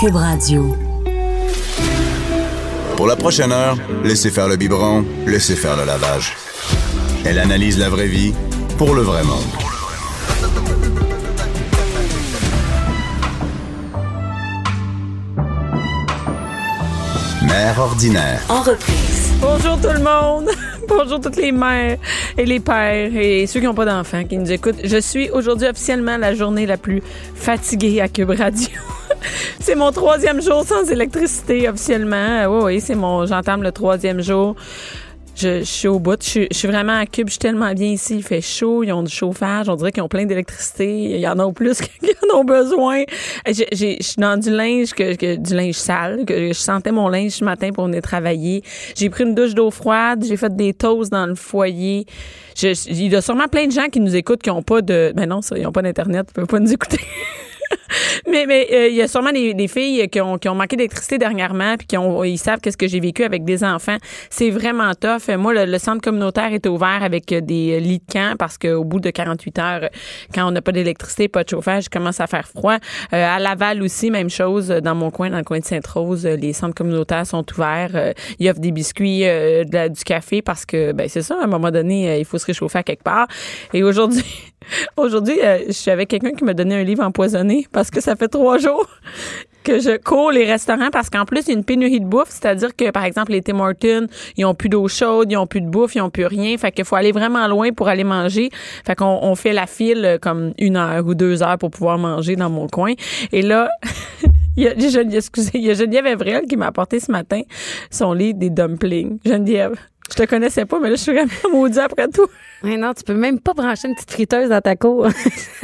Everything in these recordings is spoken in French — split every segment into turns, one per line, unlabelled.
Cube Radio.
Pour la prochaine heure, laissez faire le biberon, laissez faire le lavage. Elle analyse la vraie vie pour le vrai monde. Mère ordinaire.
En reprise.
Bonjour tout le monde. Bonjour toutes les mères et les pères et ceux qui n'ont pas d'enfants qui nous écoutent. Je suis aujourd'hui officiellement la journée la plus fatiguée à Cube Radio. c'est mon troisième jour sans électricité officiellement. Euh, Oui, oui, c'est mon. J'entame le troisième jour. Je, je suis au bout. Je, suis- je suis vraiment à Cube. Je suis tellement bien ici. Il fait chaud. Ils ont du chauffage. On dirait qu'ils ont plein d'électricité. Il y en a au plus qu'ils en ont besoin. J'ai- j'ai- Je suis dans du linge, que, que- du linge sale. Que je sentais mon linge ce matin pour venir travailler. J'ai pris une douche d'eau froide. J'ai fait des toasts dans le foyer. Je- je- il y a sûrement plein de gens qui nous écoutent qui n'ont pas de. Ben non, ça, ils n'ont pas d'Internet. Ils peuvent pas nous écouter. Mais mais euh, il y a sûrement des, des filles qui ont, qui ont manqué d'électricité dernièrement puis qui ont ils savent qu'est-ce que j'ai vécu avec des enfants. C'est vraiment tough. Moi le, le centre communautaire est ouvert avec euh, des lits de camp parce qu'au bout de 48 heures euh, quand on n'a pas d'électricité, pas de chauffage, il commence à faire froid. Euh, à Laval aussi même chose euh, dans mon coin dans le coin de Sainte-Rose, euh, les centres communautaires sont ouverts, Euh, ils offrent des biscuits, euh, de la- du café parce que ben c'est ça à un moment donné euh, il faut se réchauffer à quelque part. Et aujourd'hui Aujourd'hui, euh, je suis avec quelqu'un qui m'a donné un livre empoisonné parce que ça fait trois jours que je cours les restaurants parce qu'en plus, il y a une pénurie de bouffe. C'est-à-dire que, par exemple, les Tim Hortons, ils ont plus d'eau chaude, ils ont plus de bouffe, ils ont plus rien. Fait qu'il faut aller vraiment loin pour aller manger. Fait qu'on on fait la file euh, comme une heure ou deux heures pour pouvoir manger dans mon coin. Et là... Il y, a, Gen- excusez, il y a Geneviève Evrel qui m'a apporté ce matin son lit des dumplings. Geneviève, je te connaissais pas, mais là, je suis vraiment maudite après tout.
Ouais, non, tu peux même pas brancher une petite friteuse dans ta cour.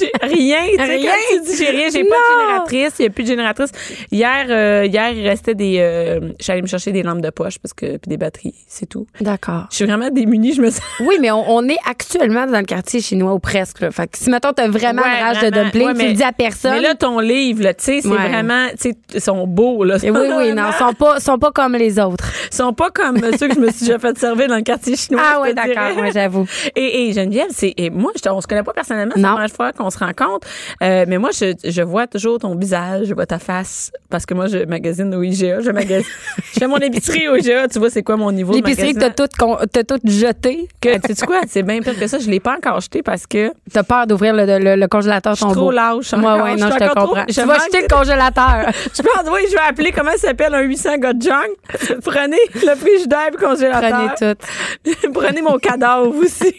J'ai rien, tu sais,
Rien.
quand tu dis j'ai rien, j'ai pas de
Non.
génératrice, il n'y a plus de génératrice. Hier, euh, hier, il restait des, euh, j'allais me chercher des lampes de poche parce que puis des batteries, c'est tout.
D'accord.
Je suis vraiment démunie, je me sens.
Oui, mais on, on est actuellement dans le quartier chinois ou presque. Là. Fait que si, mettons, t'as vraiment
Ouais,
une rage de
vraiment.
dumpling,
Ouais,
tu
mais-
le dis à personne.
Mais là, ton livre, là, tu sais, c'est
Ouais.
vraiment, tu sais, ils sont beaux là.
Et oui, oui, non, sont pas, sont pas comme les autres.
Ils sont pas comme ceux que je me suis déjà fait servir dans le quartier chinois.
Ah
je
ouais,
te dirais.
d'accord, moi j'avoue.
Et, et Geneviève, c'est et moi, je, te- on se connaît pas personnellement, c'est la
Non.
première fois qu'on se rencontre. Euh, mais moi, je, je vois toujours ton visage, je vois ta face, parce que moi, je magasine au IGA, je magasine, je fais mon épicerie au IGA. Tu vois, c'est quoi mon niveau
L'épicerie
de
que t'as
magasinage.
toute tout jetée,
Que, tu sais quoi, c'est bien pire que ça. Je l'ai pas encore acheté parce que
t'as peur d'ouvrir le, le- le congélateur
je suis
tombeau.
trop lâche.
Ouais,
encore.
ouais,
suis
non, je te
encore trop-
comprends.
je
Tu vas
manque
jeter
de-
le congélateur.
Je pense, oui, je vais appeler, comment ça s'appelle, un 800 gars de junk. Prenez le frigidaire et le
Prenez
congélateur.
tout.
tout. Prenez mon cadavre aussi.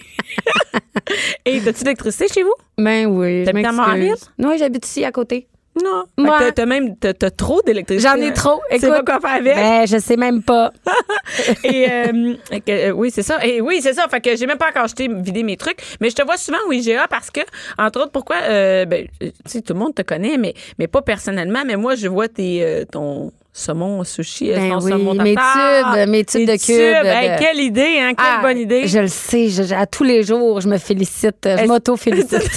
et t'as-tu d'électricité chez vous?
Ben oui. je
T'habites à
m'excuse.
Montréal?
Non, j'habite ici à côté.
Non.
Ouais.
Fait que T'as t'as même t'as, t'as trop d'électricité.
J'en ai trop.
Tu sais
Écoute.
pas quoi faire avec.
Ben, je sais même pas.
Et euh, que, euh, oui, c'est ça. Et oui, c'est ça. Fait que j'ai même pas encore acheté vidé mes trucs, mais je te vois souvent au IGA parce que entre autres pourquoi euh, ben tu sais tout le monde te connaît mais mais pas personnellement, mais moi je vois tes euh, ton saumon au sushi, euh,
Ben
ton
oui,
saumon
mes
tartare,
tubes, mes
tes
tubes de cubes,
Hey,
de-
quelle idée hein, quelle
Ah,
bonne idée.
Je le sais, je- je- à tous les jours, je me félicite, je
Est-ce-
m'auto-félicite.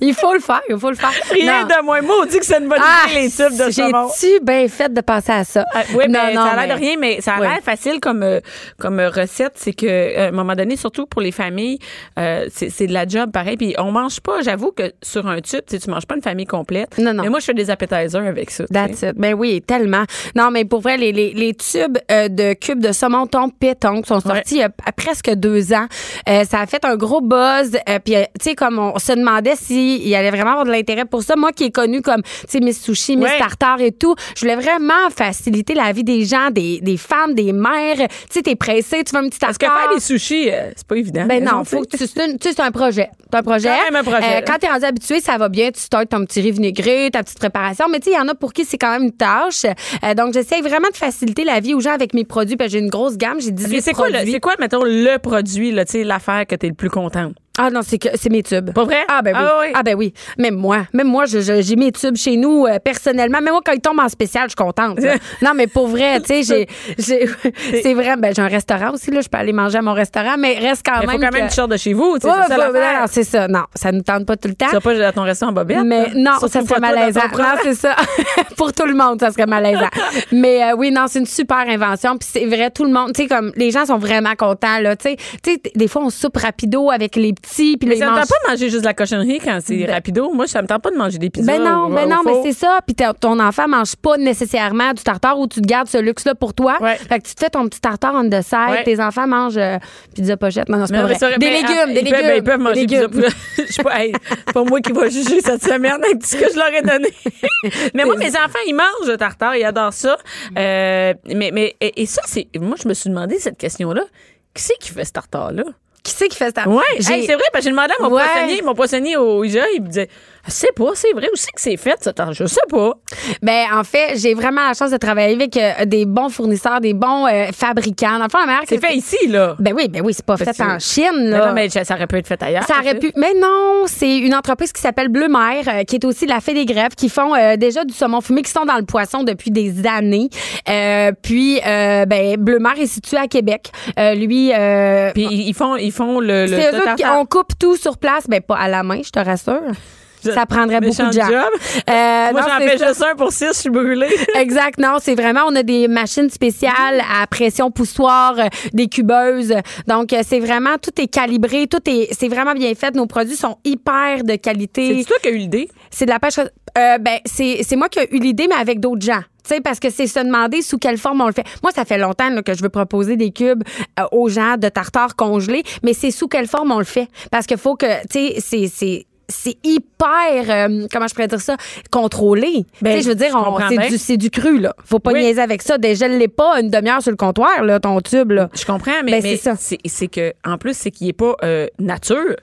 il faut le faire, il faut le faire.
Rien
Non.
de moins. Moi, on dit que c'est une bonne
Ah,
idée, les tubes de saumon.
J'ai-tu bien fait de penser à ça?
Ah, oui, mais
Non, non,
ça a l'air de
mais-
rien, mais ça a
Ouais.
l'air facile comme, euh, comme euh, recette. C'est que euh, à un moment donné, surtout pour les familles, euh, c'est c'est de la job pareil. Puis on mange pas, j'avoue que sur un tube, tu sais, tu manges pas une famille complète.
Non, non.
Mais moi, je fais des appetizers avec ça. tu sais.
That's it. Ben oui, tellement. Non, mais pour vrai, les, les, les tubes euh, de cubes de saumon ton pétanque sont sortis il y a p- presque deux ans. Euh, ça a fait un gros buzz. euh, Puis, euh, tu sais, comme on se demandait s'il allait vraiment avoir de l'intérêt pour ça. Moi qui est connue comme, tu sais, Miss Sushi, Miss
Ouais.
Tartare et tout, je voulais vraiment faciliter la vie des gens, des, des femmes, des mères. Tu sais, t'es pressé, tu veux un petit
Parce que
tartare.
faire des sushis, euh, c'est pas évident. Mais
Ben non,
non,
faut que
tu sais.
tu. C'est une- tu sais, c'est un projet. C'est un projet. Euh,
Quand même un projet, là.
quand t'es rendu habitué, ça va bien. Tu startes ton petit riz vinaigré, ta petite préparation. Mais tu sais, il y en a pour qui c'est quand même une tâche. Euh, donc, j'essaie vraiment de faciliter la vie aux gens avec mes produits. Parce que j'ai une grosse gamme. J'ai 18
Mais c'est quoi,
produits.
le- c'est quoi, mettons, le produit, là, tu sais, l'affaire que t'es le plus contente?
Ah non, c'est que c'est mes tubes.
Pas vrai?
Ah ben oui.
Ah oui.
ben oui. Même moi, même moi, je- je- j'ai mes tubes chez nous euh, personnellement. Même moi, quand ils tombent en spécial, je suis contente. là. non, mais pour vrai, tu sais, j'ai, j'ai- c'est vrai. Ben j'ai un restaurant aussi là. Je peux aller manger à mon restaurant, mais reste quand
Il faut
même.
quand même que
que-
tu sortes de chez vous. tu sais,
Ouais,
c'est ça
faut-
l'affaire.
non, c'est ça. Non, ça nous tente pas tout le temps.
Tu vas pas à ton restaurant en bobette.
Mais
là.
non,
Surtout
ça
pas toi
serait
dans ton
malaisant.
propre-
Non, c'est ça. Pour tout le monde, ça serait malaisant. Mais euh, oui, non, c'est une super invention. Puis c'est vrai, tout le monde, tu sais, comme les gens sont vraiment contents, là. Tu sais, Tu sais, t- des fois, on soupe rapido avec les petits, puis
Mais
les
ça me tente pas de manger juste de la cochonnerie quand c'est rapido. Moi, ça me tente pas de manger des pizzas.
ben non,
au-
ben
au
non, mais
four.
c'est ça. Puis t'as- ton enfant mange pas nécessairement du tartare ou tu te gardes ce luxe-là pour toi.
Ouais.
Fait que tu te fais ton petit tartare on the side.
Ouais.
Tes enfants mangent euh, pizza pochette. Non, non, c'est
Mais
pas
ouais,
vrai.
c'est vrai,
Des
mais,
légumes,
ah,
des
ils peuvent-
légumes.
ben, ils peuvent manger
des
pizza
légumes.
poulet. Je sais pas, hey, c'est pas moi qui va juger cette semaine avec tout ce que je leur ai donné. mais moi, mes enfants, ils mangent le tartare, ils adorent ça.
Mm.
Euh, mais, mais, et, et ça, c'est. Moi, je me suis demandé cette question-là. Qui c'est qui fait ce tartare-là?
Qui c'est qui fait ça?
Ouais,
Ah, J'ai-
hey, c'est vrai, parce que j'ai demandé à mon
Ouais.
poissonnier, mon poissonnier au IGA, il me disait, je sais pas, c'est vrai, où c'est que c'est fait, ce tartare? Je sais pas.
Ben, en fait, j'ai vraiment la chance de travailler avec euh, des bons fournisseurs, des bons euh, fabricants. Dans le fond, la meilleure
C'est fait ici, là.
Ben oui, ben oui, c'est pas
Parce
fait
que-
en Chine,
Mais
là.
non, mais ça ça aurait pu être fait ailleurs.
Ça aurait pu. Mais non, c'est une entreprise qui s'appelle Bleu Mer, euh, qui est aussi la fée des grèves, qui font euh, déjà du saumon fumé, qui sont dans le poisson depuis des années. Euh, puis, euh, ben, Bleu Mer est situé à Québec. Euh, lui, euh,
Puis ils ils font, ils font le, le
c'est
ce
eux autres qui
tartare.
on coupe tout sur place, ben pas à la main, je te rassure.
Je-
Ça prendrait beaucoup
méchant
de gens.
job.
Euh,
Moi,
non,
j'en
c'est
fais
ça.
juste un pour six, je suis brûlée.
Exact, non, c'est vraiment, on a des machines spéciales à pression poussoir, euh, des cubeuses. Donc, euh, c'est vraiment, tout est calibré, tout est, c'est vraiment bien fait. Nos produits sont hyper de
C'est
qualité.
toi qui as eu l'idée.
C'est de la pêche. Euh, ben, c'est c'est moi qui ai eu l'idée, mais avec d'autres gens. Tu sais, parce que c'est se demander sous quelle forme on le fait. Moi, ça fait longtemps là, que je veux proposer des cubes euh, aux gens de tartare congelé, mais c'est sous quelle forme on le fait. Parce qu'il faut que, tu sais, c'est- c'est... C'est hyper, euh, comment je pourrais dire ça, contrôlé.
Ben,
tu sais, je veux dire,
je
on-
comprends
c'est
bien.
du, c'est du cru, là. Faut pas
Oui.
niaiser avec ça. Déjà, l'ai pas une demi-heure sur le comptoir, là, ton tube, là.
Je comprends, mais,
Ben,
mais
c'est ça.
c'est c'est que, en plus, c'est qu'il n'est pas euh, nature.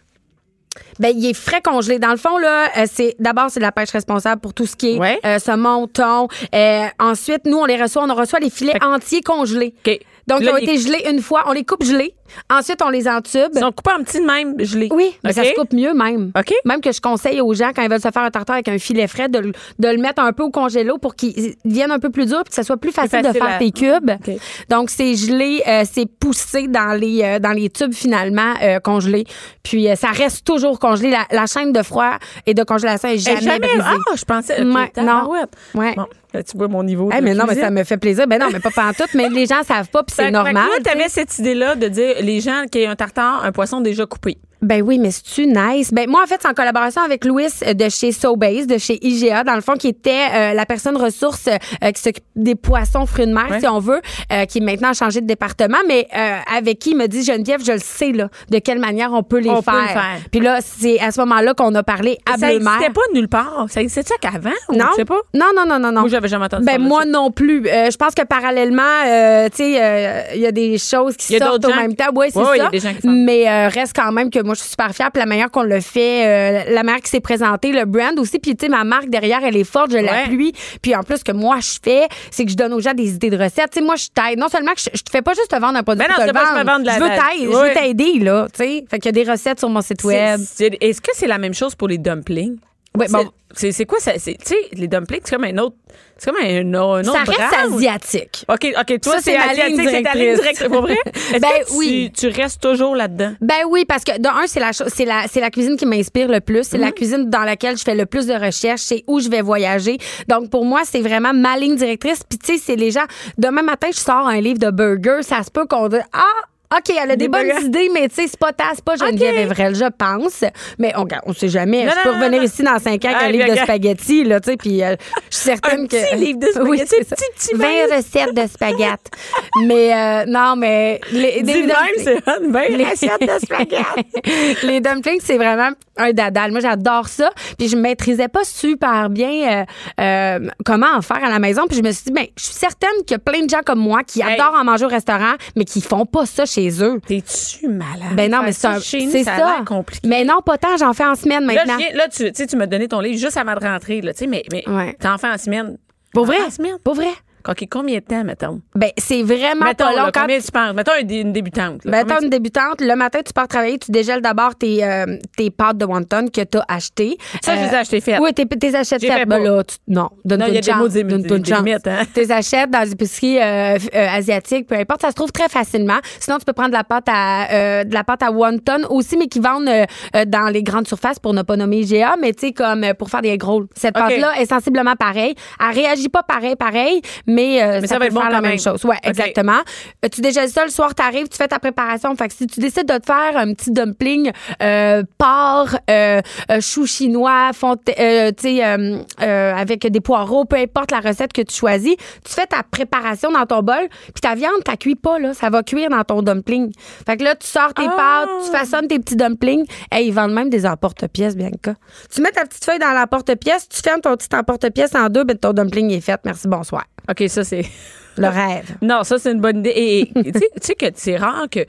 Ben, il est frais congelé. Dans le fond, là, euh, c'est d'abord c'est de la pêche responsable pour tout ce qui est
Ouais.
euh, saumon, thon. Euh, ensuite, nous, on les reçoit, on en reçoit les filets entiers congelés.
OK.
Donc,
Là,
ils ont
ils-
été gelés une fois, on les coupe gelés. Ensuite, on les entube.
Ils sont coupés en petits de même, je l'ai.
Oui, mais ça
OK?
se coupe mieux même.
OK.
Même que je conseille aux gens, quand ils veulent se faire un tartare avec un filet frais, de, le- de le mettre un peu au congélo pour qu'il vienne un peu plus dur puis que ça soit plus facile,
facile
de faire
à-
tes cubes.
OK.
Donc, c'est gelé, euh, c'est poussé dans les, euh, dans les tubes finalement euh, congelés. Puis, euh, ça reste toujours congelé. La, la chaîne de froid et de congélation est
Eh,
jamais,
Jamais.
brisée.
Ah, je pensais.
Ouais,
ok, tabarouette.
non. Ouais.
Bon, là, tu vois mon niveau.
Eh,
de
mais non, mais
cuisine.
ça me fait plaisir. Ben non, mais pas pantoute, mais les gens savent pas, puis
Fait
c'est
que- fait que
normal.
Là, t'avais cette idée-là de dire les gens qui aient un tartare, un poisson déjà coupé.
Ben oui, mais c'est-tu nice? Ben moi, en fait, c'est en collaboration avec Louis euh, de chez Sobase, de chez IGA, dans le fond, qui était euh, la personne ressource euh, qui s'occupe des poissons, fruits de mer,
Ouais.
si on veut, euh, qui est maintenant changé de département, mais euh, avec qui il me dit, Geneviève, je le sais, là, de quelle manière on peut les
On peut
faire.
le faire.
Puis là, c'est à ce moment-là qu'on a parlé à
Ça
Bleu-Mer.
n'existait pas nulle part. Ça existait-tu qu'avant? ou
Ah, ben, Non?
Je sais pas.
Non, non, non, non, non.
Moi, j'avais jamais entendu
Ben
parler de
moi
ça.
non plus. Euh, je pense que parallèlement, euh, tu sais, euh, il y a des choses
Il y
qui
a
sortent
d'autres
au
gens
même
qui-
temps. Oui, c'est
Ouais, ouais, il y a
ça.
des gens qui sortent.
Mais euh, reste quand même que moi, je suis super fière. Puis la manière qu'on le fait, euh, la manière qui s'est présentée, le brand aussi. Puis tu sais, ma marque derrière, elle est forte, je l'appuie. Puis en plus, ce que moi, je fais, c'est que je donne aux gens des idées de recettes. Tu sais, moi, je t'aide. Non seulement que je, je te fais pas juste te vendre un produit,
Ben non,
pour
c'est
te le
pas juste me vendre de la-
je veux
la-
t'aider, je
Ouais.
veux t'aider là. Tu sais, fait qu'il y a des recettes sur mon site web.
C'est- c'est- Est-ce que c'est la même chose pour les dumplings?
Ouais,
C'est-
bon.
C'est c'est quoi ça? c'est- Tu sais, les dumplings, c'est comme un autre. C'est comme un, un autre.
Ça reste
branche.
asiatique.
OK, OK, toi,
Ça,
c'est
c'est ma
asiatique,
ligne
c'est ta ligne
directrice.
directe, c'est pas vrai? Est-ce
Ben
que tu-
oui.
Tu restes toujours là-dedans.
Ben oui, parce que de un, c'est la cho- c'est la c'est la cuisine qui m'inspire le plus, c'est la
Mm.
cuisine dans laquelle je fais le plus de recherches, c'est où je vais voyager. Donc pour moi, c'est vraiment ma ligne directrice. Puis tu sais, c'est les gens. Demain matin, je sors un livre de burgers, ça se peut qu'on dise ah. OK, elle a des,
Des
bonnes
burgers.
idées, mais tu sais, c'est pas ta, c'est pas Geneviève Evrel, je pense. Mais on, on sait jamais.
Non,
je peux
non, non,
revenir
non.
ici dans cinq ans avec
Ah,
un livre de
regarde.
spaghettis, là, tu sais, puis euh, je suis certaine
Un
que...
petit livre de
Oui,
spaghettis,
c'est ça.
petit, petit
20 recettes de spaghettis. mais euh, non, mais...
Dis
Les, des-
de même, c'est un bain.
les-
Ben, Assiette de spaghetti.
les dumplings, c'est vraiment un dadal. Moi, j'adore ça. Puis je maîtrisais pas super bien euh, euh, comment en faire à la maison. Puis je me suis dit, ben, je suis certaine qu'il y a plein de gens comme moi qui
Hey.
adorent en manger au restaurant, mais qui font pas ça chez eux.
T'es-tu malade?
Ben non,
Faire
mais c'est
Ah, ça
un-
chez nous,
c'est
ça. a
ça.
l'air compliqué.
Mais non, pas tant. J'en fais en semaine
Là,
maintenant.
je viens- là, tu, tu sais, tu m'as donné ton livre juste avant de rentrer, là, tu sais, mais, mais
Ouais.
t'en fais en semaine.
Pour
T'en
vrai?
fais en semaine.
Pour vrai?
OK, combien de temps, mettons?
Ben, c'est vraiment
mettons,
pas long.
là,
Quand
combien tu penses? Mettons une, une débutante. là,
Ben,
combien
t'es une débutante, le matin, tu pars travailler, tu dégèles d'abord tes, euh, tes pâtes de wonton que t'as achetées. Euh,
Ça, je les ai achetées faites.
Oui, t'es, t'es achètes
J'ai fait
faites. Ben
pas.
là, tu- non,
Non,
donne-toi
il y a
une
des mots,
chance.
des-
Donne-toi
des- des
une
limites, hein.
chance. T'es achètes dans les épiceries euh, f- euh, asiatiques, peu importe. Ça se trouve très facilement. Sinon, tu peux prendre de la pâte à, euh, de la pâte à wonton aussi, mais qui vendent euh, euh, dans les grandes surfaces pour ne pas nommer IGA, mais tu sais, comme euh, pour faire des gros. Cette
OK.
pâte-là est sensiblement pareille. Elle réagit pas pareil, pareil, mais, euh,
Mais
ça, va être
bon
faire la
quand
même
même.
chose. Ouais,
OK.
exactement. Euh, Tu dégèles ça, le soir, t'arrives, tu fais ta préparation. Fait que si tu décides de te faire un petit dumpling euh, porc, euh, euh, chou chinois, fonte, euh, tu sais, euh, euh, avec des poireaux, peu importe la recette que tu choisis, tu fais ta préparation dans ton bol, puis ta viande, t'as cuit pas, là. Ça va cuire dans ton dumpling. Fait que là, tu sors tes
Ah!
pâtes, tu façonnes tes petits dumplings. et ils vendent même des emporte-pièces, Bianca. Tu mets ta petite feuille dans l'emporte-pièce, tu fermes ton petit emporte-pièce en deux, ben ton dumpling est fait. Merci, bonsoir.
OK, ça, c'est.
Le rêve.
Non, ça, c'est une bonne idée. Et et, tu sais- tu sais que c'est rare que.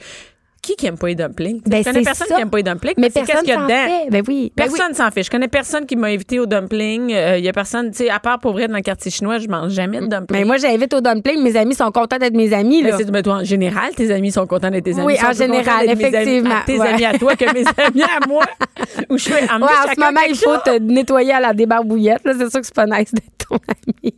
Qui qui aime pas les dumplings?
Ben,
je connais
c'est
personne
ça.
qui aime pas les dumplings.
Mais
c'est qu'est-ce
personne
qu'il y a
s'en
dedans?
fait. Ben oui. Ben oui.
Personne s'en fiche. Je connais personne qui m'a invité au dumpling. Il y a personne, tu sais, à part pour vrai dans le quartier chinois, je mange jamais de dumpling.
Mm. Mais Ben moi, j'invite au dumpling. Mes amis sont contents d'être mes amis.
Mais
Là.
Ben, c'est- mais toi, en général, tes amis sont contents d'être tes amis.
Oui,
Ils sont
en
plus contents
général,
d'être mes amis-
effectivement,
à Tes
ouais.
amis à toi que mes amis à moi. Ou je fais, ah, mais
Ouais, en ce
chacun
moment, il
quelque
faut
chose.
te nettoyer à la débarbouillette. là. C'est sûr que c'est pas nice d'être ton ami.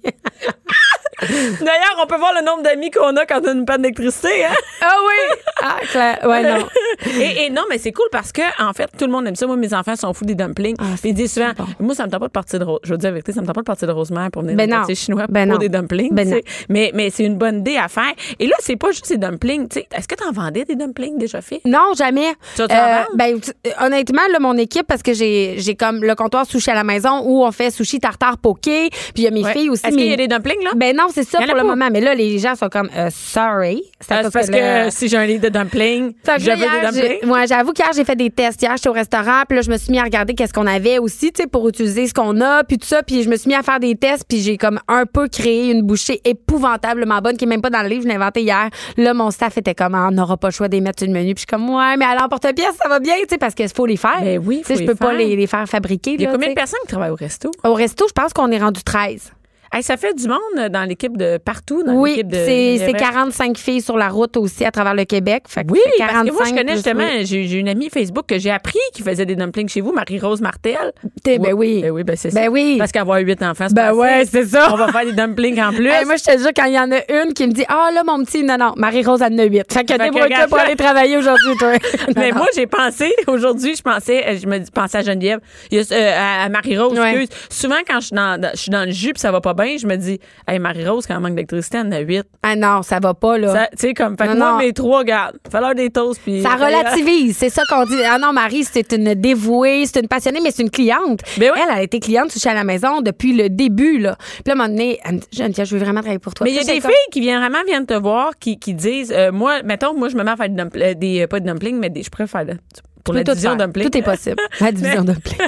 D'ailleurs, on peut voir le nombre d'amis qu'on a quand on a une panne d'électricité. Hein?
ah oui! Ah, clair. Ouais, non.
et, et non, mais c'est cool parce que, en fait, tout le monde aime ça. Moi, mes enfants sont fous des dumplings.
Ah,
Puis ils disent souvent, moi, ça me tente pas de partir de Rose. Je veux dire avec toi, ça me tente pas de partir de Rosemère pour venir
Ben
dans le
non.
quartier chinois
Ben
pour
non.
des dumplings.
Ben
tu
non.
sais. Mais, mais c'est une bonne idée à faire. Et là, c'est pas juste des dumplings. tu sais. Est-ce que t'en vendais des dumplings déjà faits?
Non, jamais.
Tu vas te
Euh,
revendre?
ben, tu- euh, honnêtement, là, mon équipe, parce que j'ai j'ai comme le comptoir sushi à la maison où on fait sushi tartare poké. Puis il y a mes
Ouais.
filles aussi.
Est-ce qu'il y a
mais-
des dumplings, là? Euh,
Ben non, c'est ça
Il y en a
pour le
pas.
moment. Mais là, les gens sont comme, euh, sorry. C'est à
Ah, c'est
cause
parce que,
le-
si j'ai un livre de dumplings,
Fait que
je
là,
veux des
hier, j'ai-
dumplings.
ouais, j'avoue qu'hier, j'ai fait des tests. Hier, j'étais au restaurant, puis là, je me suis mis à regarder qu'est-ce qu'on avait aussi, tu sais, pour utiliser ce qu'on a, puis tout ça. Puis je me suis mis à faire des tests, puis j'ai comme un peu créé une bouchée épouvantablement bonne qui est même pas dans le livre, je l'ai inventée hier. Là, mon staff était comme, Ah, on n'aura pas le choix de les mettre sur le menu. Puis je suis comme, ouais, mais à l'emporte-pièce, ça va bien, tu sais, parce qu'il faut les faire.
Ben oui,
Tu sais,
faut
je
les
peux pas
faire.
les, les faire fabriquer.
Il y a
là,
combien de
tu sais.
personnes qui travaillent au resto?
Au resto, je pense qu'on est rendu 13.
Hey, ça fait du monde euh, dans l'équipe de partout. Dans
Oui,
l'équipe de
c'est c'est
Mireille.
45 filles sur la route aussi à travers le Québec. Fait que
Oui,
c'est
parce que moi, je
45
connais
plus-
justement,
oui.
j'ai j'ai une amie Facebook que j'ai appris qui faisait des dumplings chez vous, Marie-Rose Martel.
T'es- ben oui.
Ben oui, ben c'est
Ben
ça.
oui.
Parce qu'avoir huit enfants, c'est
Ben
pas
ouais,
assez.
c'est ça.
On va faire des dumplings en plus.
Hey, moi, je te jure, quand il y en a une qui me dit Ah, là, mon petit, non, non, Marie-Rose, elle en a 8. Fait que
que
débrouille-toi
regarde
pour
ça.
aller travailler aujourd'hui, toi.
Mais
Non, non.
moi, j'ai pensé, aujourd'hui, je pensais, euh, je me dis- pensais à Geneviève, il y a, euh, à à Marie-Rose,
Ouais.
excuse. Souvent, quand je suis dans, dans- je suis dans le jus puis ça va pas bien, je me dis, hey, Marie-Rose, quand elle manque d'électricité, elle en a huit.
Ah non, ça va pas, là.
Ça,
Ça,
Tu sais, comme, fait que
Non,
moi,
non.
mes trois, regarde, falloir des toasts puis.
relativise. C'est ça qu'on dit. Ah non, Marie, c'est une dévouée, c'est une passionnée, mais c'est une cliente.
Ben oui.
Elle, elle a été cliente chez à la maison depuis le début, là. Puis là, à un moment donné, elle me dit Geneviève, je veux vraiment travailler pour toi.
Mais il y a
Puis là,
des
j'ai
filles qui viennent vraiment viennent te voir qui, qui disent euh, moi mettons moi je me mets à faire des, dumpl- euh, des euh, pas de dumplings mais des, je préfère le- pour
comme,
la
tout
division
faire.
dumpling.
Tout est possible. La division dumpling.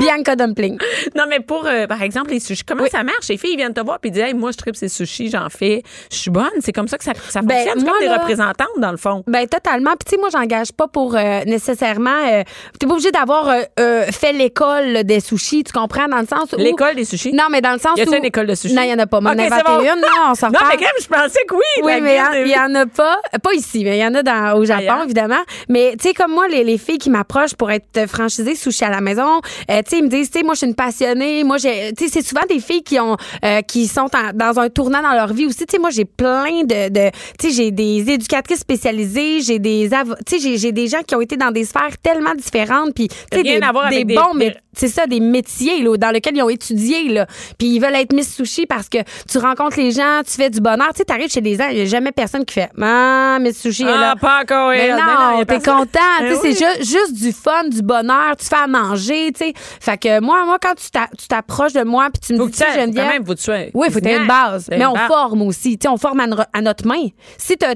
Bianca dumpling.
non mais pour euh, par exemple les sushis comment ça marche les filles viennent te voir puis disent hey, moi je tripe ces sushis j'en fais je suis bonne c'est comme ça que ça, ça fonctionne
Ben,
c'est comme
moi,
des
là-
représentantes dans le fond.
Ben totalement. Puis tu sais, moi, j'engage pas pour euh, nécessairement. euh, T'es pas obligé d'avoir euh, euh, fait l'école là, des sushis. Tu comprends dans le sens où
L'école des sushis?
Non, mais dans le sens
Y a-t-il
où
une école de sushis?
Non, il y en a pas. Mais
Ok,
on a
c'est
inventé
bon.
une. Non, on s'en
non mais
reparle.
quand même, je pensais que oui.
Oui,
la
mais
guide
il
des-
y, en a pas. euh, Pas ici, mais il y en a dans, au Japon,
Ailleurs.
évidemment. Mais, tu sais, comme moi, les, les filles qui m'approchent pour être franchisées sushi à la maison, euh, tu sais, ils me disent, tu sais, moi, je suis une passionnée. Moi, j'ai, tu sais, c'est souvent des filles qui ont, euh, qui sont en- dans un tournant dans leur vie aussi. Tu sais, moi, j'ai plein de, de tu sais, j'ai des éducatrices spécialisées, j'ai des, avo- tu sais, j'ai- j'ai des gens qui ont été dans des sphères tellement différentes, puis, tu sais,
Rien
des,
à voir
des
avec des-
bons,
des-
mais c'est ça, des métiers là, dans lesquels ils ont étudié. Là. Puis ils veulent être Miss Sushi parce que tu rencontres les gens, tu fais du bonheur. Tu sais, t'arrives chez les gens, il n'y a jamais personne qui fait Ah, Miss Sushi est
ah,
là.
pas encore.
Mais
elle.
non,
y a
t'es
personne.
content. Tu
Ben
sais,
oui.
C'est ju- juste du fun, du bonheur. Tu fais à manger. tu sais. Fait que moi, moi quand tu t'a- tu t'approches de moi puis tu me
Faut que
dis tu sais,
tu aies-
Geneviève.
quand même, faut que tu aies-
Oui, faut que tu aies une base.
T'as
Mais
une
on
base.
forme aussi. Tu sais, on forme à, no- à notre main. Si tu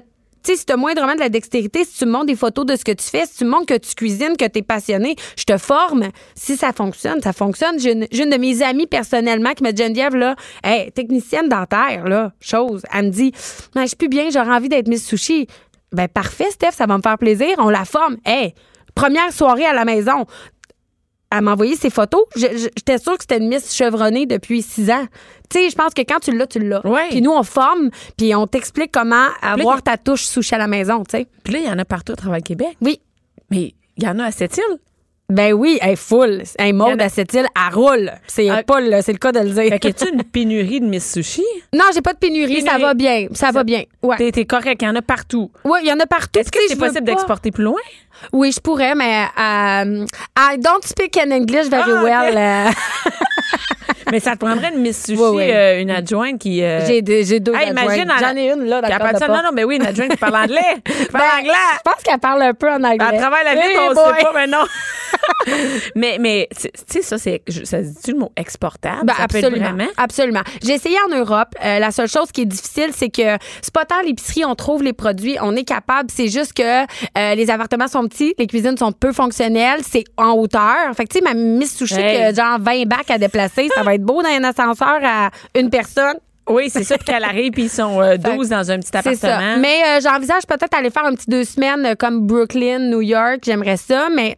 si tu as moindrement de la dextérité, si tu me montres des photos de ce que tu fais, si tu me montres que tu cuisines, que tu es passionné, je te forme. Si ça fonctionne, ça fonctionne. J'ai une, j'ai une de mes amies personnellement qui m'a dit Geneviève, là, hey, technicienne dentaire, là, chose. Elle me dit Ben, Je suis plus bien, j'aurais envie d'être Miss Sushi. Ben, parfait, Steph, ça va me faire plaisir. On la forme. Hey, première soirée à la maison à m'envoyer ses photos, je- je- j'étais sûre que c'était une Miss chevronnée depuis six ans. Tu sais, je pense que quand tu l'as, tu l'as.
Ouais.
Puis nous, on forme, puis on t'explique comment avoir
il-
ta touche souche à la maison, tu sais.
Puis là, il y en a partout à travers le Québec.
Oui.
Mais il y en a à cette île.
Ben oui, elle est full. Elle est
Il
morte
y en a-
à cette île, elle roule. C'est
Ah.
pas le, c'est le cas de le dire.
Fait que tu une pénurie de Miss Sushi?
Non, j'ai pas de pénurie, ça
Pénurie.
va bien. Ça, va bien. Ouais.
T'es, t'es correct, il y en a partout.
Ouais, il y en a partout.
Est-ce que
Tu sais,
c'est
je veux
possible
pas-
d'exporter plus loin?
Oui, je pourrais, mais euh, I don't speak in English very
Ah, ok.
well. euh,
Mais ça te prendrait une Miss Sushi,
Ouais, ouais.
euh, une adjointe qui. euh,
j'ai deux, j'ai deux
Hey,
adjointes.
imagine,
J'en ai une là dans
qui
le
appelle
cadre de
ça-
porte.
Non, non, mais oui, une adjointe qui parle anglais. Qui parle
Ben,
anglais.
Je pense qu'elle parle un peu en anglais.
Elle travaille la vie,
Hey
on
boy.
sait pas, mais non. mais, mais tu tu sais, ça, c'est, je- ça se dit le mot exportable?
Ben,
Ça peut être
absolument,
vraiment?
absolument. J'ai essayé en Europe. Euh, la seule chose qui est difficile, c'est que c'est pas tant l'épicerie, on trouve les produits, on est capable. C'est juste que euh, les appartements sont petits, les cuisines sont peu fonctionnelles, c'est en hauteur. Fait que tu sais, ma mise sushi
Hey.
que genre 20 bacs à déplacer, ça va être beau dans un ascenseur à une personne.
Oui, c'est ça, puis qu'elle arrive, puis ils sont euh, 12 dans un petit
C'est
appartement.
ça. Mais euh, j'envisage peut-être aller faire un petit deux semaines euh, comme Brooklyn, New York. J'aimerais ça, mais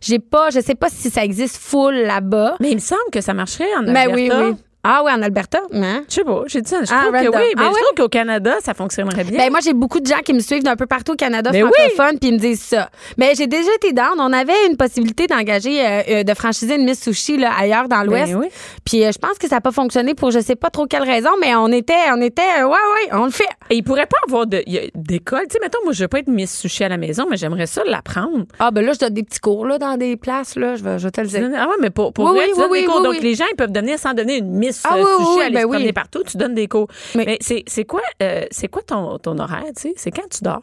j'ai pas, je sais pas si ça existe full là-bas.
Mais il me semble que ça marcherait en
Mais
Alberta.
oui, oui. Ah oui, en Alberta. Hein?
Je sais pas, j'ai dit ça. Je
Ah,
trouve que
random.
oui, mais
Ah
je
ouais?
trouve qu'au Canada, ça fonctionnerait bien.
Ben moi j'ai beaucoup de gens qui me suivent d'un peu partout au Canada
Mais oui!
francophone puis ils me disent ça. Mais j'ai déjà été down, on avait une possibilité d'engager euh, euh, de franchiser une Miss Sushi là, ailleurs dans l'ouest.
oui.
Puis euh, je pense que ça n'a pas fonctionné pour je sais pas trop quelle raison mais on était on était euh, ouais ouais, on le fait.
Et il pourrait pas avoir de- y a- d'école. Tu sais, mettons, moi, je veux pas être Miss Sushi à la maison, mais j'aimerais ça l'apprendre.
Ah ben là je donne des petits cours là dans des places là, je vais je vais te le dire.
Ah ouais, mais pour, pour
Oui,
vrai,
oui,
tu donnes
oui,
des
oui,
cours.
oui,
Donc,
oui.
les gens, ils peuvent devenir, sans donner une Miss
Ah
euh,
oui, oui,
Sushi,
oui,
aller
ben
se
oui.
promener partout, tu donnes des cours. Mais,
Mais-
c'est c'est quoi, euh, c'est quoi ton, ton horaire, tu sais? C'est quand tu dors?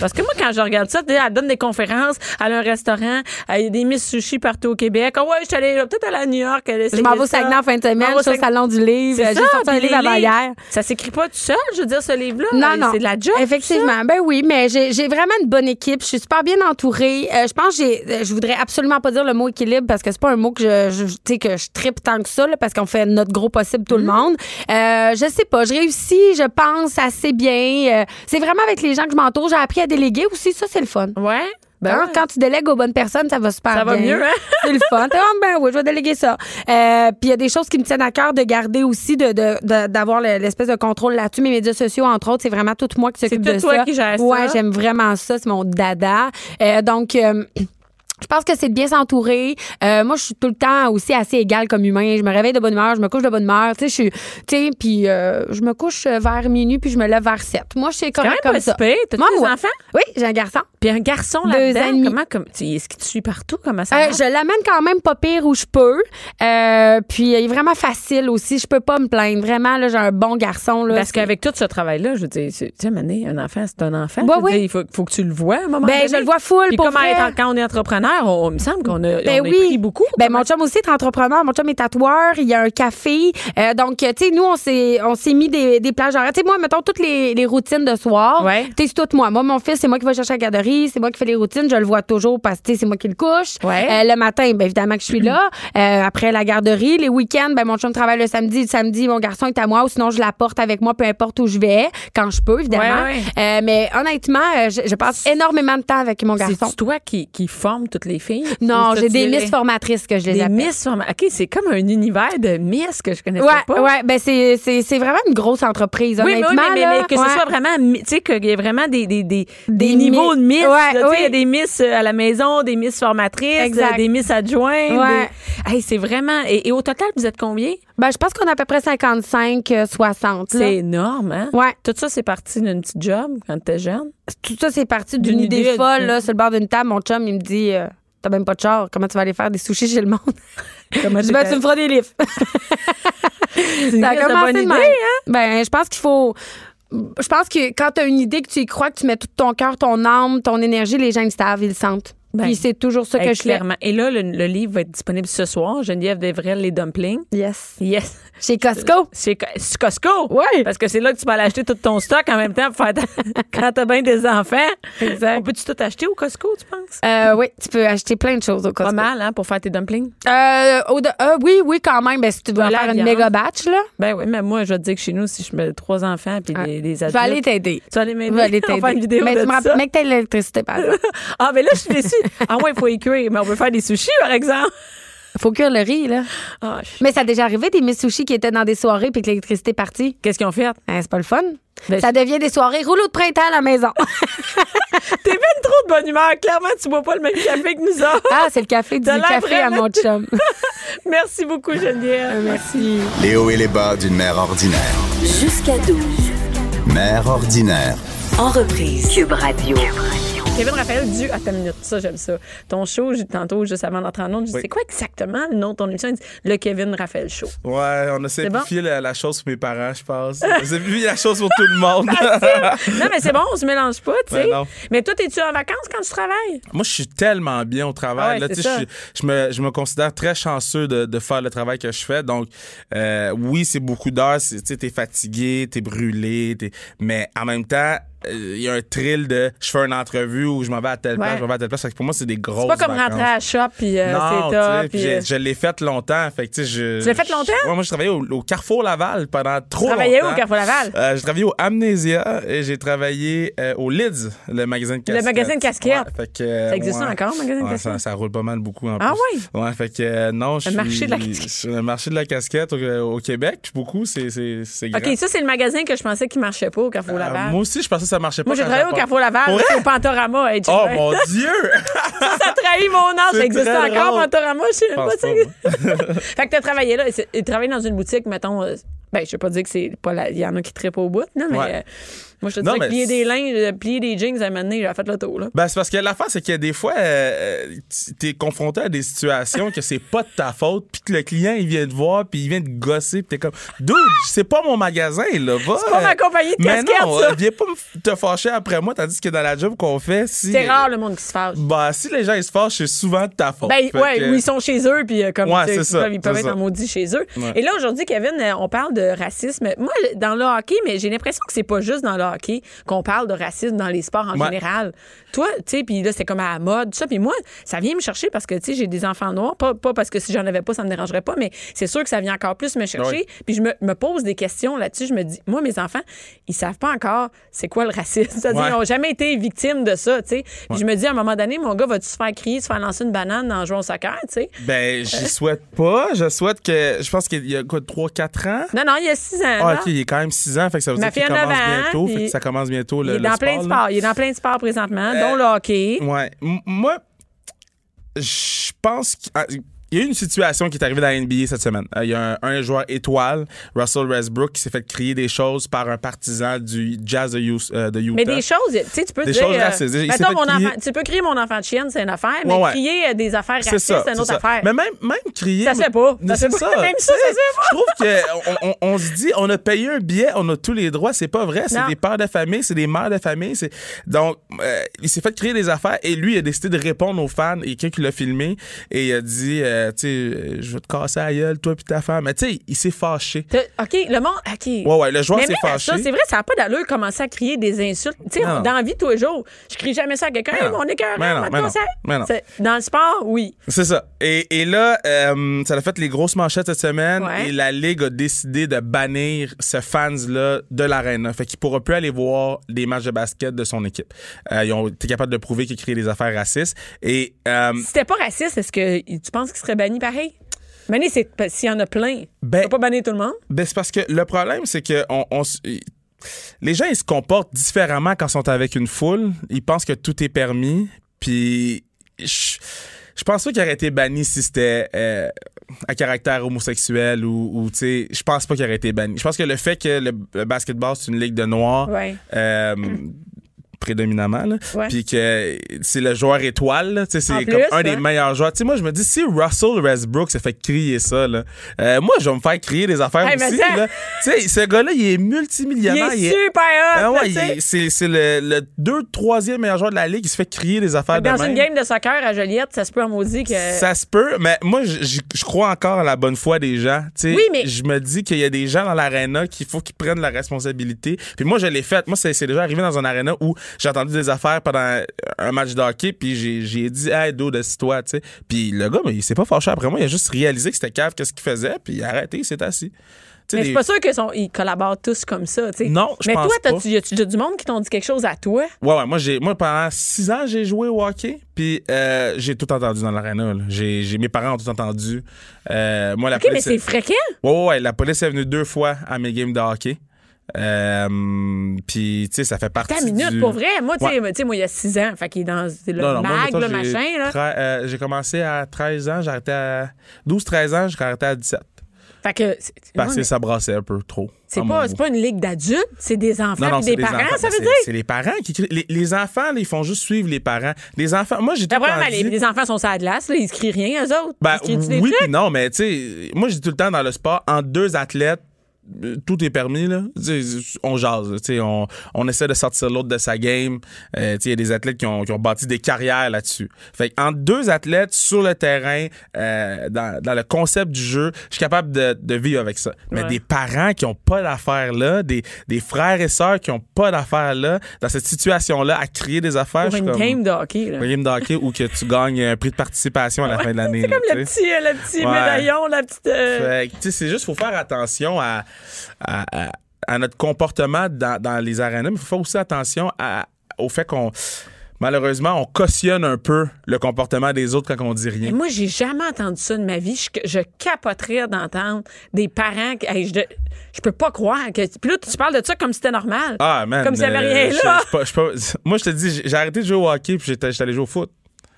Parce que moi, quand je regarde ça, tu sais, elle donne des conférences, elle a un restaurant, elle- il y a des Miss Sushi partout au Québec. Ah ouais, je suis allée euh, peut-être aller à New York. aller
Je m'en
essayer
vais au
ça.
Saguenay en fin de
Je m'en
semaine,
vais
je
au
suis au
Saguenay.
salon du livre,
C'est
euh, Ben, j'ai
ça,
sorti un
puis les
livre avant
livres.
hier.
Ça s'écrit pas tout seul, je veux dire, ce livre-là. euh,
Non, non.
C'est de la job.
Effectivement. Ben oui, mais j'ai j'ai vraiment une bonne équipe. Je suis super bien entourée. Euh, je pense que j'ai- euh, je voudrais absolument pas dire le mot équilibre parce que c'est pas un mot que je, je- tu sais, que je tripe tant que ça, là, parce qu'on fait notre gros possible tout le
Mm-hmm.
monde. Euh, je sais pas. Je réussis, je pense, assez bien. Euh, c'est vraiment avec les gens que je m'entoure. J'ai appris à déléguer aussi. Ça, c'est le fun.
ça. Ouais. Ben,
Hein,
ouais.
Quand tu délègues aux bonnes personnes, ça va super
Ça
bien.
va mieux, hein?
C'est le fun. T'es, Ah, ben oui, je vais déléguer ça. Euh, Puis il y a des choses qui me tiennent à cœur de garder aussi, de, de- de- d'avoir le- l'espèce de contrôle là-dessus. Mes médias sociaux, entre autres, c'est vraiment tout moi qui s'occupe
tout
de
toi
ça.
qui gères ça.
Ouais, j'aime vraiment ça. C'est mon dada. Euh, donc... euh, je pense que c'est de bien s'entourer. Euh, moi, je suis tout le temps aussi assez égale comme humain. Je me réveille de bonne humeur, je me couche de bonne humeur. Tu sais, je suis, tu sais, puis euh, je me couche vers minuit puis je me lève vers 7. Moi, je suis
quand même
correct
pas
comme ça.
si pire. T'as-tu
Moi,
des
moi.
enfants?
Oui, j'ai un garçon.
Puis un garçon
Deux ans et
là-dedans,
demi.
comment, comme, tu- est-ce qu'il te suit partout? Comment ça
Euh,
marche?
je l'amène quand même pas pire où je peux. Euh, puis il est vraiment facile aussi. Je peux pas me plaindre. Vraiment, là, j'ai un bon garçon. Là,
Parce
C'est-
qu'avec tout ce travail-là, je veux dire, c'est- tu sais, Mané, un enfant, c'est un enfant.
Ouais,
Je veux
ouais.
dire, il faut, faut que tu le vois à un moment
Ben,
donné.
je le vois full,
Puis
pour
comment
vrai.
être- quand on est entrepreneur, on, il me semble qu'on a,
Ben
on a
oui.
pris beaucoup.
Ben,
Comment-
mon chum aussi est entrepreneur. Mon chum est tatoueur. Il a un café. Euh, donc, euh, tu sais, nous, on s'est, on s'est mis des, des plages horaires. Tu sais, moi, mettons toutes les, les routines de soir.
Ouais.
Tu sais, c'est tout moi. Moi, mon fils, c'est moi qui vais chercher à la garderie. C'est moi qui fais les routines. Je le vois toujours parce que, tu sais, c'est moi qui le couche.
Ouais. Mm-hmm.
Euh, le matin, ben, évidemment que je suis là. Euh, après la garderie, les week-ends, ben, mon chum travaille le samedi. Le samedi, mon garçon est à moi ou sinon je l'apporte avec moi, peu importe où je vais, quand je peux, évidemment.
Ouais, ouais.
Euh, mais honnêtement, euh, je, je passe énormément de temps avec mon garçon.
C'est toi qui, qui forme toutes les filles?
Non,
Ou ça,
j'ai
tu
des
les-
miss formatrices que je les
Des
appelle.
miss form- OK, c'est comme un univers de miss que je connaissais
Ouais,
pas.
ouais, ben c'est, c'est, c'est vraiment une grosse entreprise,
Oui, mais,
honnêtement.
oui, mais, mais-
là.
mais que
Ouais.
ce soit vraiment, mi- tu sais, qu'il y ait vraiment des, des, des, des
Des
niveaux de miss. là,
miss. Ouais,
tu sais, Il y a
oui.
des miss euh, à la maison, des miss formatrices,
Exact.
euh, des miss adjointes.
Ouais.
des- Hey, c'est vraiment. Et, et au total, vous êtes combien?
Ben, je pense qu'on a à peu près 55, euh, 60. là.
C'est énorme, hein?
Ouais.
Tout ça, c'est parti d'une petite job quand t'étais jeune.
Tout ça, c'est parti d'une
D'une
idée,
idée,
folle,
d'une-
là, sur le bord d'une table. Mon chum, il me dit, euh, t'as même pas de char, comment tu vas aller faire des sushis chez le monde?
Comment
Je dis, ben, tu me feras des livres. Ça a commencé de même.
hein?
Ben, je pense qu'il faut. Je pense que quand tu as une idée, que tu y crois, que tu mets tout ton cœur, ton âme, ton énergie, les gens, ils le savent, ils le sentent.
Ben,
Puis c'est toujours ça que je fais.
clairement. Et là, le, le livre va être disponible ce soir. Geneviève Devrel, les dumplings.
Yes.
Yes.
Chez Costco.
C'est co- c'est Costco.
Ouais.
Parce que c'est là que tu vas aller acheter tout ton stock en même temps pour faire ta- quand t'as bien des enfants.
Exact.
On peut-tu tout acheter au Costco, tu penses?
Euh, oui, tu peux acheter plein de choses au Costco.
Pas mal, hein, pour faire tes dumplings.
Euh, au de- euh, oui, oui, quand même. Ben, si tu veux
La
faire une
viande.
méga batch, là,
Ben oui, mais moi, je vais te dire que chez nous, si je mets trois enfants puis
Ah.
des, des
je
adultes.
vais aller t'aider.
Tu vas aller
Je
m'aider.
vais aller
On va faire une
t'aider.
vidéo
Mais
de ça.
tu me
ben
rappelles- mais que t'aies l'électricité, par exemple.
Ah, mais là, je suis déçue. Ah ouais, il faut y cuire. Mais on peut faire des sushis, par exemple.
Faut cuire le riz, là.
Ah, je-
Mais ça a déjà arrivé des Miss Sushi qui étaient dans des soirées puis que l'électricité est partie.
Qu'est-ce qu'ils ont fait?
Hein, c'est pas le fun.
Ben,
ça devient des soirées rouleaux de printemps à la maison.
T'es bien trop de bonne humeur. Clairement, tu bois pas le même café que nous autres.
ah, c'est le café du
T'as l'air
café à
vraiment-
mon chum.
Merci beaucoup, Geneviève.
Euh, Merci.
Les hauts et les bas d'une mère ordinaire.
Jusqu'à 12.
Mère ordinaire.
En reprise. Cube Radio.
Kevin Raphaël, dû à ta minute. Ça, j'aime ça. Ton show, j'ai- tantôt, juste avant d'entrer en ondes, je dis,
Oui.
c'est quoi exactement le nom de ton émission? Il dit, le Kevin Raphaël Show.
Ouais, on a simplifié la, la chose pour mes parents, je pense. On a simplifié la chose pour tout le monde.
Ah, non, mais c'est bon, on se mélange pas, tu sais.
Ben non.
mais toi, es-tu en vacances quand tu travailles?
Moi, je suis tellement bien au
Ah
travail.
ouais,
là,
c'est
tu sais,
ça.
je, suis- je me, je me considère très chanceux de, de faire le travail que je fais. Donc, euh, oui, c'est beaucoup d'heures. c'est- Tu sais, t'es fatigué, t'es brûlé, t'es- mais en même temps, euh, il y a un thrill de je fais une entrevue ou je m'en vais à telle place,
Ouais.
je m'en vais à telle place. Fait que pour moi, c'est des grosses
C'est pas comme
vacances.
rentrer à la shop, puis euh,
Non,
c'est
tu
top.
sais,
puis,
puis j'ai-
euh,
je l'ai fait longtemps. Fait que, tu sais, je,
Tu l'as fait longtemps?
Ouais, moi, je travaillais au, au Carrefour Laval pendant trop longtemps.
Travaillais où, Carrefour Laval?
Euh, j'ai travaillé au Amnesia et j'ai travaillé euh, au Lids, le magazine Casquette.
magazine Casquette.
Ouais, fait que, euh,
Ça existe
ouais.
encore, le magazine
Ouais,
Casquette?
Ça, ça roule pas mal beaucoup en
Ah
plus. Ouais, fait que euh, non, je suis-
marché de la casquette.
sur Le marché de la casquette au, au Québec, puis beaucoup, c'est c'est c'est grand.
OK, ça, c'est le magasin que je pensais qu'il marchait pas au Carrefour
Euh,
Laval.
moi aussi, je pensais que ça marchait pas.
Moi, j'ai
quand
travaillé au Carrefour
j'apporte-
Laval,
Pour vrai?
au Pantorama. hey,
Oh
Jim.
mon Dieu!
ça trahit mon âge.
C'est
Ça existe
très
encore,
drôle.
Pantorama? Je sais même pas.
pense
ça existe. fait que t'as travaillé là. et c'est- Et travaillé dans une boutique, mettons... euh, ben, je veux pas dire que c'est pas la... Il y en a qui trippent au bout, non, mais...
Ouais.
euh, moi, je te
Non,
dirais que
mais
plier des
c'est-
linges, euh, plier des jeans, à un moment donné, j'ai fait le tour, là.
Ben, c'est parce que l'affaire, c'est que des fois, euh, tu- t'es confronté à des situations que c'est pas de ta faute, puis que le client, il vient te voir, puis il vient te gosser, puis t'es comme, dude, c'est pas mon magasin, là, va.
C'est pas ma compagnie de
Mais
casquettes,
non,
ça.
euh, viens pas me- te fâcher après moi, tandis que dans la job qu'on fait, si.
C'est rare, le monde qui se fâche.
Ben, si les gens, ils se fâchent, c'est souvent de ta faute.
Ben,
Fait
ouais,
que-
où ils sont chez eux, puis euh, comme
Ouais,
tu sais,
c'est
ils
ça,
peuvent, ils peuvent
c'est
être
ça.
en maudit chez eux.
Ouais.
Et là, aujourd'hui, Kevin, euh, on parle de racisme. Moi, dans le hockey, mais j'ai l'impression que c'est pas juste dans le hockey qu'on parle de racisme dans les sports en
Ouais.
général. Toi, tu sais, puis là, c'est comme à la mode, ça. Puis moi, ça vient me chercher parce que, tu sais, j'ai des enfants noirs. Pas, pas parce que si j'en avais pas, ça me dérangerait pas, mais c'est sûr que ça vient encore plus me chercher.
Ouais.
Puis je me, me pose des questions là-dessus. Je me dis, moi, mes enfants, ils savent pas encore c'est quoi le racisme. C'est-à-dire,
Ouais.
ils ont jamais été victimes de ça, tu sais. Puis Je me dis, à un moment donné, mon gars, va-tu se faire crier, se faire lancer une banane en jouant au soccer, tu sais?
Ben, j'y souhaite pas. Je souhaite que. Je pense qu'il y a quoi, 3-4 ans?
Non, non, il y a six ans.
Ah,
là.
OK, il est quand même 6 ans, fait que ça veut
Ma
dire qu'il
fille a 9
commence
ans,
bientôt. Fait
puis-
que ça commence bientôt
Il
le
est
le
dans plein de
sport, là. Euh,
sports. Il est dans plein de sports présentement, dont le hockey.
Ouais. M- moi, je pense qu'il ah, il y a eu une situation qui est arrivée dans la NBA cette semaine. Euh, Il y a un, un joueur étoile, Russell Westbrook, qui s'est fait crier des choses par un partisan du Jazz de, Yous- euh, de Utah.
Mais des choses, tu sais, tu peux
Des
dire. euh,
choses racistes. Il s'est
mettons,
fait
mon
crier-
enfant, tu peux crier mon enfant de chienne, c'est une affaire, mais
Ouais, ouais.
crier euh, des affaires racistes, c'est une autre
ça.
affaire.
Mais même, même crier.
Ça se fait pas.
Mais
Ça se
c'est
fait pas. Même ça, ça se fait pas.
Je trouve qu'on on, on se dit, on a payé un billet, on a tous les droits. C'est pas vrai. C'est
Non.
des pères de famille, c'est des mères de famille. c'est- Donc, euh, il s'est fait créer des affaires et lui, il a décidé de répondre aux fans. Et quelqu'un qui l'a filmé et il a dit, euh, tu sais, euh, je vais te casser la gueule, toi puis ta femme. Mais tu sais, il s'est fâché.
T'as- OK, le monde. OK.
Ouais, ouais, le joueur
Mais
s'est
même à ça,
fâché.
C'est vrai, ça n'a pas d'allure de commencer à crier des insultes. Tu sais,
Non.
on- dans la vie, tous les jours, je crie jamais ça à quelqu'un.
Mais
Hey,
non.
mon écœur,
Mais non, mais non, mais non.
Dans le sport, oui.
C'est ça. Et, et là, euh, ça a fait les grosses manchettes cette semaine
Ouais.
et la Ligue a décidé de bannir ce fans-là de l'arène. Fait qu'il pourra plus aller voir des matchs de basket de son équipe. Euh, ils ont été capables de prouver qu'ils créent des affaires racistes. Et euh,
Si c'était pas raciste, est-ce que tu penses qu'il serait banni pareil? Banni, c'est parce- s'il y en a plein.
Ben-
on peut pas bannir tout le monde.
ben, c'est parce que le problème, c'est que on, on s- les gens, ils se comportent différemment quand ils sont avec une foule. Ils pensent que tout est permis. Puis, je, je pense pas qu'il aurait été banni si c'était euh, à caractère homosexuel ou, ou, tu sais, je pense pas qu'il aurait été banni. Je pense que le fait que le, le basketball, c'est une ligue de noirs,
Ouais.
euh, prédominamment, là,
Ouais.
puis que c'est le joueur étoile, là, tu sais,
En
c'est
plus,
comme un des
ouais.
meilleurs joueurs. Tu sais, moi, je me dis, si Russell Westbrook s'est fait crier ça, là, euh, moi, je vais me faire crier des affaires
Hey, mais
aussi.
ça-
là. Tu sais, ce gars-là, il est
Il
multimillionnaire.
est
il est-
super hot!
Ah
là,
ouais,
tu sais.
il- c'est c'est le, le deux, troisième meilleur joueur de la ligue. Il se fait crier des affaires de
Dans
même.
une game de soccer à Joliette, ça se peut en maudit que.
Ça se peut, mais moi, je- je je crois encore à la bonne foi des gens. tu sais.
Oui, mais-
Je me dis qu'il y a des gens dans l'aréna qu'il faut qu'ils prennent la responsabilité. Puis moi, je l'ai fait. Moi, c'est c'est déjà arrivé dans un aréna où j'ai entendu des affaires pendant un match de hockey, puis j'ai, j'ai dit, hey, dos de toi, tu sais. Puis le gars, ben, il s'est pas fâché après moi, il a juste réalisé que c'était cave, qu'est-ce qu'il faisait, puis il a arrêté, il s'est assis. Tu sais,
Mais je
des-
suis pas sûre qu'ils collaborent tous comme ça. tu sais.
Non, je
Mais
pense
toi,
pas.
t'as-tu- y a-tu déjà du monde qui t'ont dit quelque chose à toi?
Ouais, ouais, moi, j'ai, moi pendant six ans, j'ai joué au hockey, puis euh, j'ai tout entendu dans l'aréna. là. J'ai, j'ai- mes parents ont tout entendu. Euh, moi, la
OK, mais
police-
c'est fréquent.
Ouais, ouais, ouais, la police est venue deux fois à mes games de hockey. Euh, puis, tu sais, ça fait partie.
Ta minute,
du...
pour vrai. Moi, tu sais,
Ouais.
moi, tu sais, moi, il y a 6 ans. Fait qu'il est dans c'est le
Non, non, moi,
mag,
mettons,
le
j'ai
machin. Là.
tra- euh, j'ai commencé à 13 ans, j'ai arrêté à 12-13 ans, j'ai arrêté à 17.
Fait que. c'est-
Parce
non, mais
que Ben, ça brassait un peu trop. à
C'est
mon
pas,
goût.
c'est pas une ligue d'adultes, c'est des enfants et
c'est
des
les
parents,
enfants. Ben,
ça veut
C'est-
dire.
C'est les parents qui crient. Les, les enfants, là, ils font juste suivre les parents. Les enfants, moi, j'ai tout
Le problème,
entendu-
les, les enfants sont sur la glace, là, ils se crient rien, eux autres.
Ben,
ils se crient des
oui,
trucs.
puis non, mais tu sais, moi, je dis tout le temps dans le sport, en deux athlètes, euh, tout est permis, là. Tu sais, On jase, là. tu sais, on, on essaie de sortir l'autre de sa game. Euh, tu sais, il y a des athlètes qui ont, qui ont bâti des carrières là-dessus. Fait en deux athlètes sur le terrain, euh, dans, dans le concept du jeu, je suis capable de, de vivre avec ça. Mais
Ouais.
des parents qui ont pas d'affaires là, des, des frères et sœurs qui ont pas d'affaires là, dans cette situation-là, à créer des
Pour
affaires. je suis
une
comme-
game de hockey. Là.
Pour une game de hockey ou que tu gagnes un prix de participation à la fin de l'année.
C'est
là,
comme
ben, tu
le
sais.
petit, euh, le petit
Ouais.
médaillon, la petite. euh,
Fait que, tu sais, c'est juste, faut faire attention à, à, à- à notre comportement dans, dans les arénas, mais il faut faire aussi attention à- au fait qu'on, malheureusement, on cautionne un peu le comportement des autres quand on dit
Mais
rien.
moi, j'ai jamais entendu ça de ma vie. Je, je capoterais d'entendre des parents. qui- hey, je, je peux pas croire. Que, puis là, tu parles de ça comme si c'était normal.
Ah, man.
Comme s'il y avait
euh,
rien
je-
là.
je- je- je- moi, je te dis, j'ai- j'ai arrêté de jouer au hockey puis j'étais j'étais allé jouer au foot.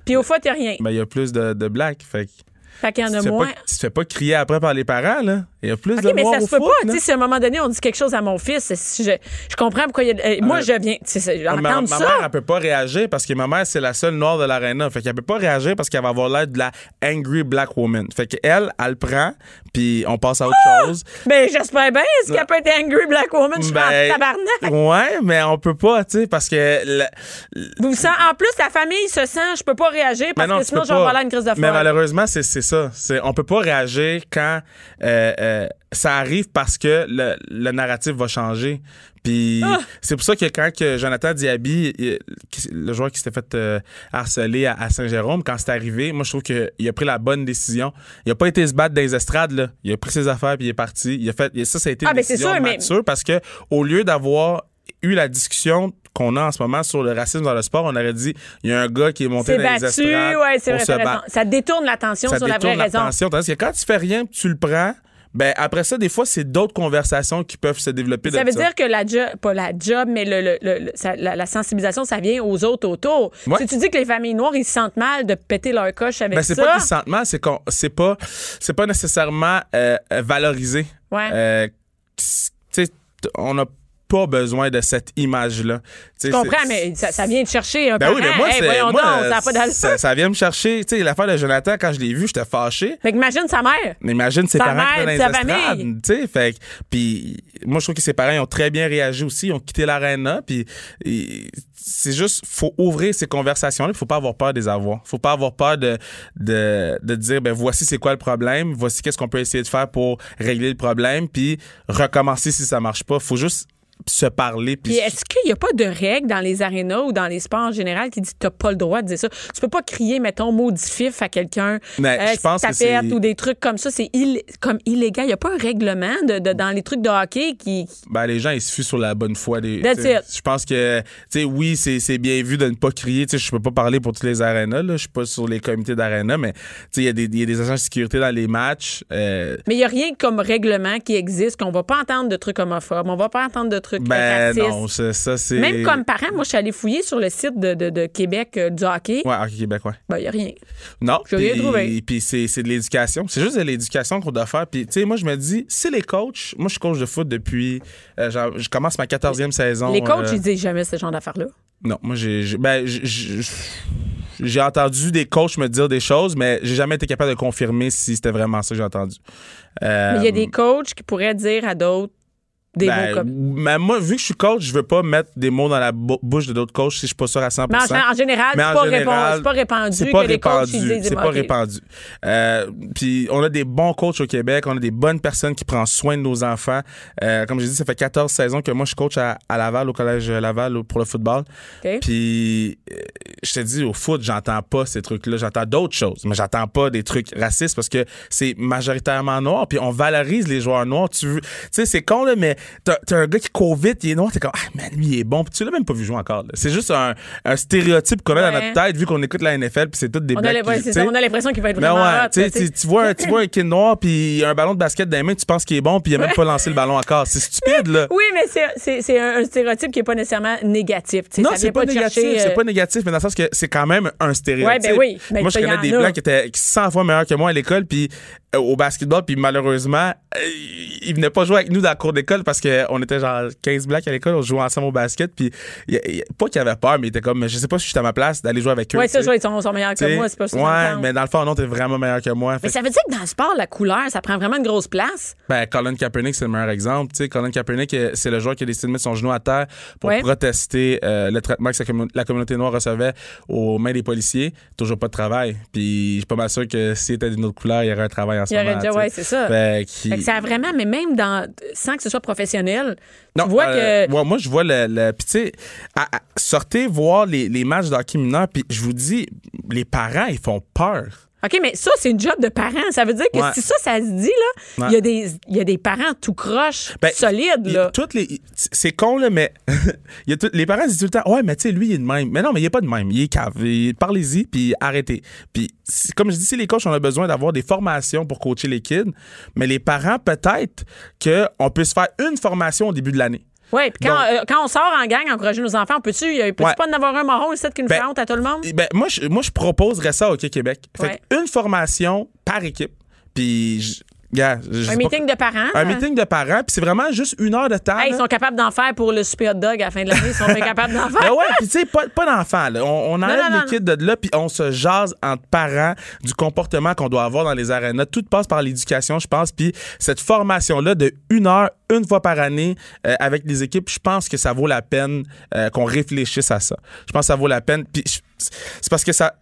Puis au foot, il y a rien.
Mais il y a plus de, de blagues. Fait que
fait qu'il y en
tu,
a
te fais
moins.
Ben, pas, tu te fais pas crier après par les parents, là. Il y a plus
OK,
de
mais
noirs
ça
au
se peut
foot,
pas.
là.
Tu sais, si à un moment donné, on dit quelque chose à mon fils, si je, je comprends pourquoi il y a. euh, moi,
Euh,
je viens. tu sais, c'est-
Ma-
Entendre ça.
ma, mère, elle peut pas réagir parce que ma mère, c'est la seule noire de l'aréna. Fait qu'elle peut pas réagir parce qu'elle va avoir l'air de la angry black woman. Fait qu'elle, elle le prend, puis on passe à autre chose.
Ben, j'espère bien. Est-ce qu'elle peut être angry, Black Woman? Je suis
Ben-
en tabarnak.
ouais, mais on peut pas, tu sais, parce que... la-
Vous sent, en plus, la famille se sent, je peux pas réagir
Mais
parce
Ben non,
que
tu
sinon,
peux
je vais
pas.
avoir là une crise de
Mais
folie.
malheureusement, c'est c'est ça. C'est- On peut pas réagir quand euh, euh, ça arrive parce que le, le narratif va changer. Puis
Ah!
c'est pour ça que quand que Jonathan Diaby, il- qui- le joueur qui s'était fait euh, harceler à, à Saint-Jérôme, quand c'est arrivé, moi je trouve qu'il a pris la bonne décision. Il a pas été se battre dans les estrades là. Il a pris ses affaires puis il est parti. Il a fait ça, ça a été
Ah,
une
ben, c'est
décision
sûr, mais-
mature parce que au lieu d'avoir eu la discussion qu'on a en ce moment sur le racisme dans le sport, on aurait dit il y a un gars qui est monté
C'est
dans les
battu,
estrades,
ouais, c'est
on
vrai,
se
t'as raison.
bat.
Ça détourne l'attention
Ça
sur la vraie
détourne
raison.
l'attention. Tandis que quand tu fais rien, puis tu le prends, ben après ça, des fois, c'est d'autres conversations qui peuvent se développer.
Ça
de
veut dire que la job, pas la job, mais le, le- le- le- ça- la, la sensibilisation, ça vient aux autres autour.
Ouais.
Si tu dis que les familles noires, ils se sentent mal de péter leur coche avec
Ben,
ça.
c'est pas qu'ils se sentent mal, c'est qu'on c'est pas c'est pas nécessairement euh, euh, valorisé.
Ouais.
Euh, c- tu sais, t- on n'a pas besoin de cette image là.
Je comprends, mais ça, ça vient de chercher un
Ben
parent.
oui, mais moi,
Hey,
c'est-
voyons
moi,
donc, ça a pas d'allure.
ça, ça vient me chercher. Tu sais, l'affaire de Jonathan, quand je l'ai vu, j'étais fâché.
Fait qu'imagine sa mère.
Mais Imagine ses
Sa
parents qui
mère,
étaient
sa
dans les estrades,
famille.
tu sais, fait que- puis moi je trouve que ses parents ils ont très bien réagi aussi, ils ont quitté l'arena puis et- c'est juste faut ouvrir ces conversations là, faut pas avoir peur des avoir. Faut pas avoir peur de de, de dire ben voici c'est quoi le problème, voici qu'est-ce qu'on peut essayer de faire pour régler le problème puis recommencer si ça marche pas, faut juste se parler puis
Puis est-ce qu'il n'y a pas de règle dans les arénas ou dans les sports en général qui dit que t'as pas le droit de dire ça? Tu peux pas crier, mettons, maudit fif à quelqu'un, euh,
Mais je
si
pense que
tapette
c'est-
ou des trucs comme ça. C'est ill- comme illégal. Il n'y a pas un règlement de, de- dans les trucs de hockey qui...
ben, les gens ils se fuient sur la bonne foi des
That's
tu sais,
it.
je pense que tu sais oui c'est c'est bien vu de ne pas crier tu sais je peux pas parler pour tous les arénas là je suis pas sur les comités d'aréna mais tu sais il y a des il y a des agents de sécurité dans les matchs euh,
Mais il n'y a rien comme règlement qui existe, qu'on va pas entendre de trucs homophobes, on va pas entendre de trucs
ben
racistes.
non ça, ça, c'est
Même comme parent, moi, je suis allée fouiller sur le site de, de- de Québec euh, du hockey.
ouais ok Québec ouais
Ben, il n'y a rien.
non
J'ai rien
puis-
trouvé.
puis c'est c'est de l'éducation c'est juste de l'éducation qu'on doit faire puis tu sais moi je me dis si les coachs moi je suis coach de foot depuis euh, genre, je commence ma 14e saison
les coachs,
euh,
ils disent jamais ce genre d'affaires-là.
Non, moi, j'ai. j'ai- Ben, j'ai- j'ai j'ai entendu des coachs me dire des choses, mais j'ai jamais été capable de confirmer si c'était vraiment ça que j'ai entendu. Euh,
Mais il y a des coachs qui pourraient dire à d'autres des
Ben,
mots comme.
ben, moi, vu que je suis coach, je veux pas mettre des mots dans la bou- bouche de d'autres coachs si je suis pas sûr à 100%.
Mais en, en général,
Mais
c'est
en
pas,
général,
répon- c'est pas répandu
C'est pas
que les coachs ils
répandu.
disent,
C'est
bon,
pas
ok.
répandu. Euh, Puis on a des bons coachs au Québec, on a des bonnes personnes qui prennent soin de nos enfants. Euh, comme j'ai dit, ça fait 14 saisons que moi je suis coach à, à Laval, au collège Laval au- pour le football.
Ok.
Puis euh, je te dis, au foot, j'entends pas ces trucs-là. J'entends d'autres choses, mais j'entends pas des trucs racistes parce que c'est majoritairement noir. Puis on valorise les joueurs noirs. Tu veux- tu sais, c'est con là, mais t'as t'as un gars qui court vite, il est noir, t'es comme ah man, lui il est bon. Puis tu l'as même pas vu jouer encore. là. C'est juste un, un stéréotype qu'on a dans
Ouais.
notre tête vu qu'on écoute la NFL puis c'est tout des
On a
blacks
les-
qui-
ouais,
ben, tu
c'est
sais.
ça, on a l'impression qu'il va être
Mais
vraiment
ouais,
hot,
tu sais,
là, tu
tu, tu vois, un- tu vois un kid noir puis un ballon de basket dans les mains, tu penses qu'il est bon puis il a même pas lancé le ballon encore. C'est stupide là.
Oui, mais c'est- c'est c'est un, un stéréotype qui n'est pas nécessairement négatif. tu sais,
Non,
ça
c'est
vient
pas,
pas te
négatif,
chercher,
c'est
euh,
pas négatif, mais dans le sens que c'est quand même un stéréotype.
Ouais, ben oui, mais
moi, je
ça, y
connais
en
des
a.
blancs qui étaient 100 fois meilleurs que moi à l'école, puis euh, au basketball, puis malheureusement, euh, ils venaient pas jouer avec nous dans la cour d'école parce qu'on était genre 15 blancs à l'école, on jouait ensemble au basket, puis y a- y a- pas qu'ils avaient peur, mais ils étaient comme, je sais pas si je suis à ma place d'aller jouer avec eux.
Ouais, ça,
tu
je
sais.
vois, ils sont, sont meilleurs
Tu
que
sais,
moi, c'est pas ça. que
Ouais,
j'entends.
mais dans le fond, non, t'es vraiment meilleur que moi. Fait
Mais
que,
ça veut dire que dans le sport, la couleur, ça prend vraiment une grosse place.
ben, Colin Kaepernick, c'est le meilleur exemple. Tu sais, Colin Kaepernick, euh, c'est le joueur qui a décidé de mettre son genou à terre pour
Ouais.
protester euh, le traitement que sa commun- la communauté noire recevait aux mains des policiers. Toujours pas de travail. Puis je suis pas mal sûr que s'il était d'une autre couleur, il y aurait un travail en ce
Il y aurait
moment.
déjà-
tu sais.
ouais, c'est ça.
Fait qu'il-
Fait que ça a vraiment, mais même dans, sans que ce soit professionnel,
Non,
tu vois
euh,
que.
ouais, moi, je vois le. le puis, tu sais, à- à- sortez voir les, les matchs de hockey mineur, puis je vous dis, les parents, ils font peur.
OK, mais ça, c'est une job de parent. Ça veut dire que
Ouais.
si ça, ça se dit, là, il y a
Ouais.
des- il y, a des parents tout croche,
Ben,
solides,
il-
là.
toutes les, il- c'est con, là, mais il y a tout- les parents disent tout le temps Ouais, mais tu sais, lui, il est de même. Mais non, mais il est pas de même. Il est cave. Il- Parlez-y, puis arrêtez. Puis, si- comme je dis, si les coachs, on a besoin d'avoir des formations pour coacher les kids, mais les parents, peut-être qu'on peut se faire une formation au début de l'année.
Oui, puis quand,
Donc-
euh, quand on sort en gang, encourager nos enfants, peux-tu peut
Ouais.
pas en avoir un marron ici qui nous fait
Ben,
honte à tout le monde?
Eh Ben, moi, je, moi, je proposerais ça au Hockey Québec. Fait
Ouais.
que une formation par équipe, puis. je- gars, je- je sais
Un
pas-
meeting de parents? euh.
Un meeting de parents, puis c'est vraiment juste une heure de temps.
Hey,
là.
ils sont capables d'en faire pour le super hot dog à la fin de l'année. Ils sont bien capables d'en faire.
Ben ouais, puis tu sais, pas, pas d'enfants. là. On, on enlève
non, non,
les kids de là, puis on se jase entre parents du comportement qu'on doit avoir dans les arénas. Tout passe par l'éducation, je pense. Puis cette formation-là de une heure, une fois par année euh, avec les équipes, je pense que ça vaut la peine euh, qu'on réfléchisse à ça. Je pense que ça vaut la peine. Puis je- c'est parce que ça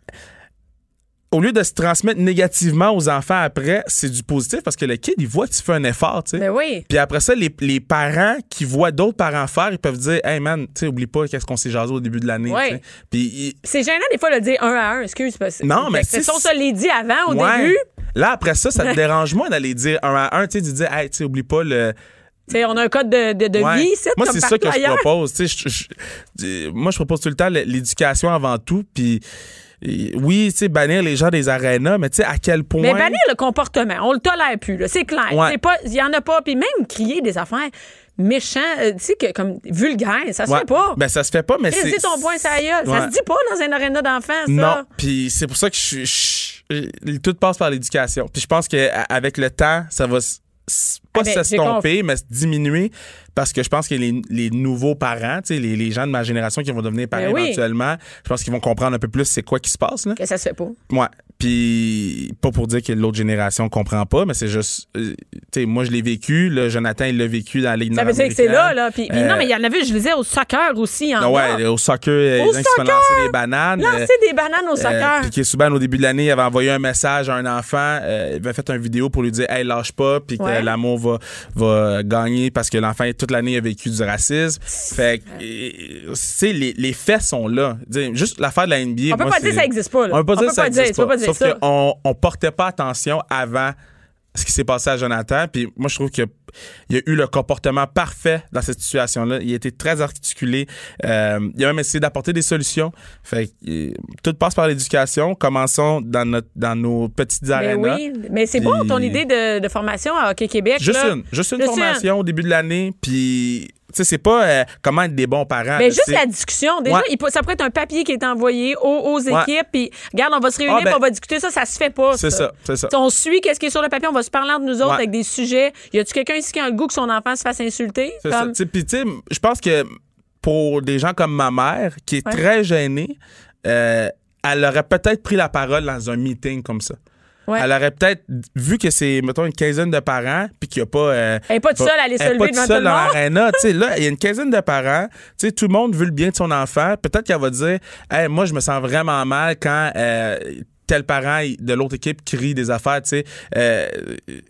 au lieu de se transmettre négativement aux enfants après, c'est du positif parce que le kid, il voit que tu fais un effort, tu sais.
Ben oui.
Puis après ça, les, les parents qui voient d'autres parents faire, ils peuvent dire, hey man, tu sais, oublie pas qu'est-ce qu'on s'est jasé au début de l'année.
Ouais.
tu sais. Puis
Puis C'est gênant des fois de le dire un à un, excuse. Parce...
Non, mais
Fait que
c'est-
Si on se l'est dit avant, au
Ouais.
début,
Là, après ça, ça te dérange moins d'aller dire un à un, tu sais, de dire, hey, tu sais, oublie pas le.
tu sais, on a un code de, de, de
Ouais.
vie ici,
Moi,
comme
c'est ça
partout
que je
ailleurs.
propose. tu sais, je- je- je- moi, je propose tout le temps l'éducation avant tout. Puis et- oui, tu sais, bannir les gens des arénas, mais tu sais, à quel point.
Mais bannir le comportement, on le tolère plus, là, c'est clair.
Ouais.
C'est pas, il y en a pas, puis même crier des affaires méchants, euh, tu sais que comme vulgaires, ça se
Ouais.
fait pas.
Ben, ça se fait pas, mais c'est.
Crissez ton point ça gueule.
Ouais.
Ça se dit pas dans un aréna d'enfants, ça.
Non, puis c'est pour ça que je, suis- je- je- tout passe par l'éducation. Puis je pense qu'avec le temps, ça va s- s- pas
Ah ben,
s'estomper, mais se diminuer parce que je pense que les, les nouveaux parents, tu sais, les, les gens de ma génération qui vont devenir parents
Ben oui.
éventuellement, je pense qu'ils vont comprendre un peu plus c'est quoi qui se passe. Là.
Que ça se fait pas.
Ouais. Puis pas pour dire que l'autre génération comprend pas, mais c'est juste, euh, tu sais, moi je l'ai vécu, là, Jonathan il l'a vécu dans la ligue
Ça veut dire que c'est
nord-américaine.
là, là. Puis, puis non,
Euh,
mais il y en avait, je le disais, au soccer aussi, en
ah
bas.
ouais, au soccer, euh,
Au
les gens qui se font
soccer!
lancer des bananes. euh,
Lancer des bananes au soccer.
Puis que Souban, au début de l'année, il avait envoyé un message à un enfant. euh, il avait fait une vidéo pour lui dire Hey, lâche pas, puis que
Ouais.
l'amour va, va gagner parce que l'enfant, toute l'année, a vécu du racisme. Fait que, euh, tu sais, les, les faits sont là. Dis, Juste l'affaire de la NBA.
On peut
moi,
pas dire
c'est-
ça existe pas, là.
On peut pas dire que ça
tu
existe
peux
pas.
pas dire
Sauf
ça.
qu'on on portait pas attention avant ce qui s'est passé à Jonathan. Puis moi, je trouve qu'il y a eu le comportement parfait dans cette situation-là. Il a été très articulé. Euh, il a même essayé d'apporter des solutions. Fait que, euh, tout passe par l'éducation. Commençons dans, notre, dans nos petites
Mais
arénas.
Ben oui, mais c'est
Puis-
bon ton idée de, de formation à Hockey Québec.
Juste
là.
une. Juste une
Juste
formation au début de l'année. Puis, tu sais, c'est pas euh, comment être des bons parents.
Mais
là,
Ben, juste
Ah, c'est-
la discussion. Déjà,
Ouais.
il peut- ça pourrait être un papier qui est envoyé aux, aux équipes. Puis, regarde, on va se réunir,
Ah, ben,
puis on va discuter. Ça, ça se fait pas.
C'est ça, c'est ça.
On suit qu'est-ce qui est sur le papier. On va se parler entre nous autres
Ouais.
avec des sujets. Y a-tu quelqu'un ici qui a le goût que son enfant se fasse insulter?
C'est ça.
Comme-
Tu sais, Puis, tu sais, je pense que pour des gens comme ma mère, qui est
Ouais.
très gênée, euh, elle aurait peut-être pris la parole dans un meeting comme ça.
Ouais.
elle aurait peut-être vu que c'est, mettons, une quinzaine de parents, puis qu'il n'y a pas. euh,
Elle est pas toute seule à aller se
elle
lever
est pas
devant
toute seule
tout le
dans
monde.
l'arena. Tu sais, là, il y a une quinzaine de parents. Tu sais, tout le monde veut le bien de son enfant. Peut-être qu'elle va dire Hey, moi, je me sens vraiment mal quand. euh, tel parent il- de l'autre équipe crie des affaires, tu sais. Euh,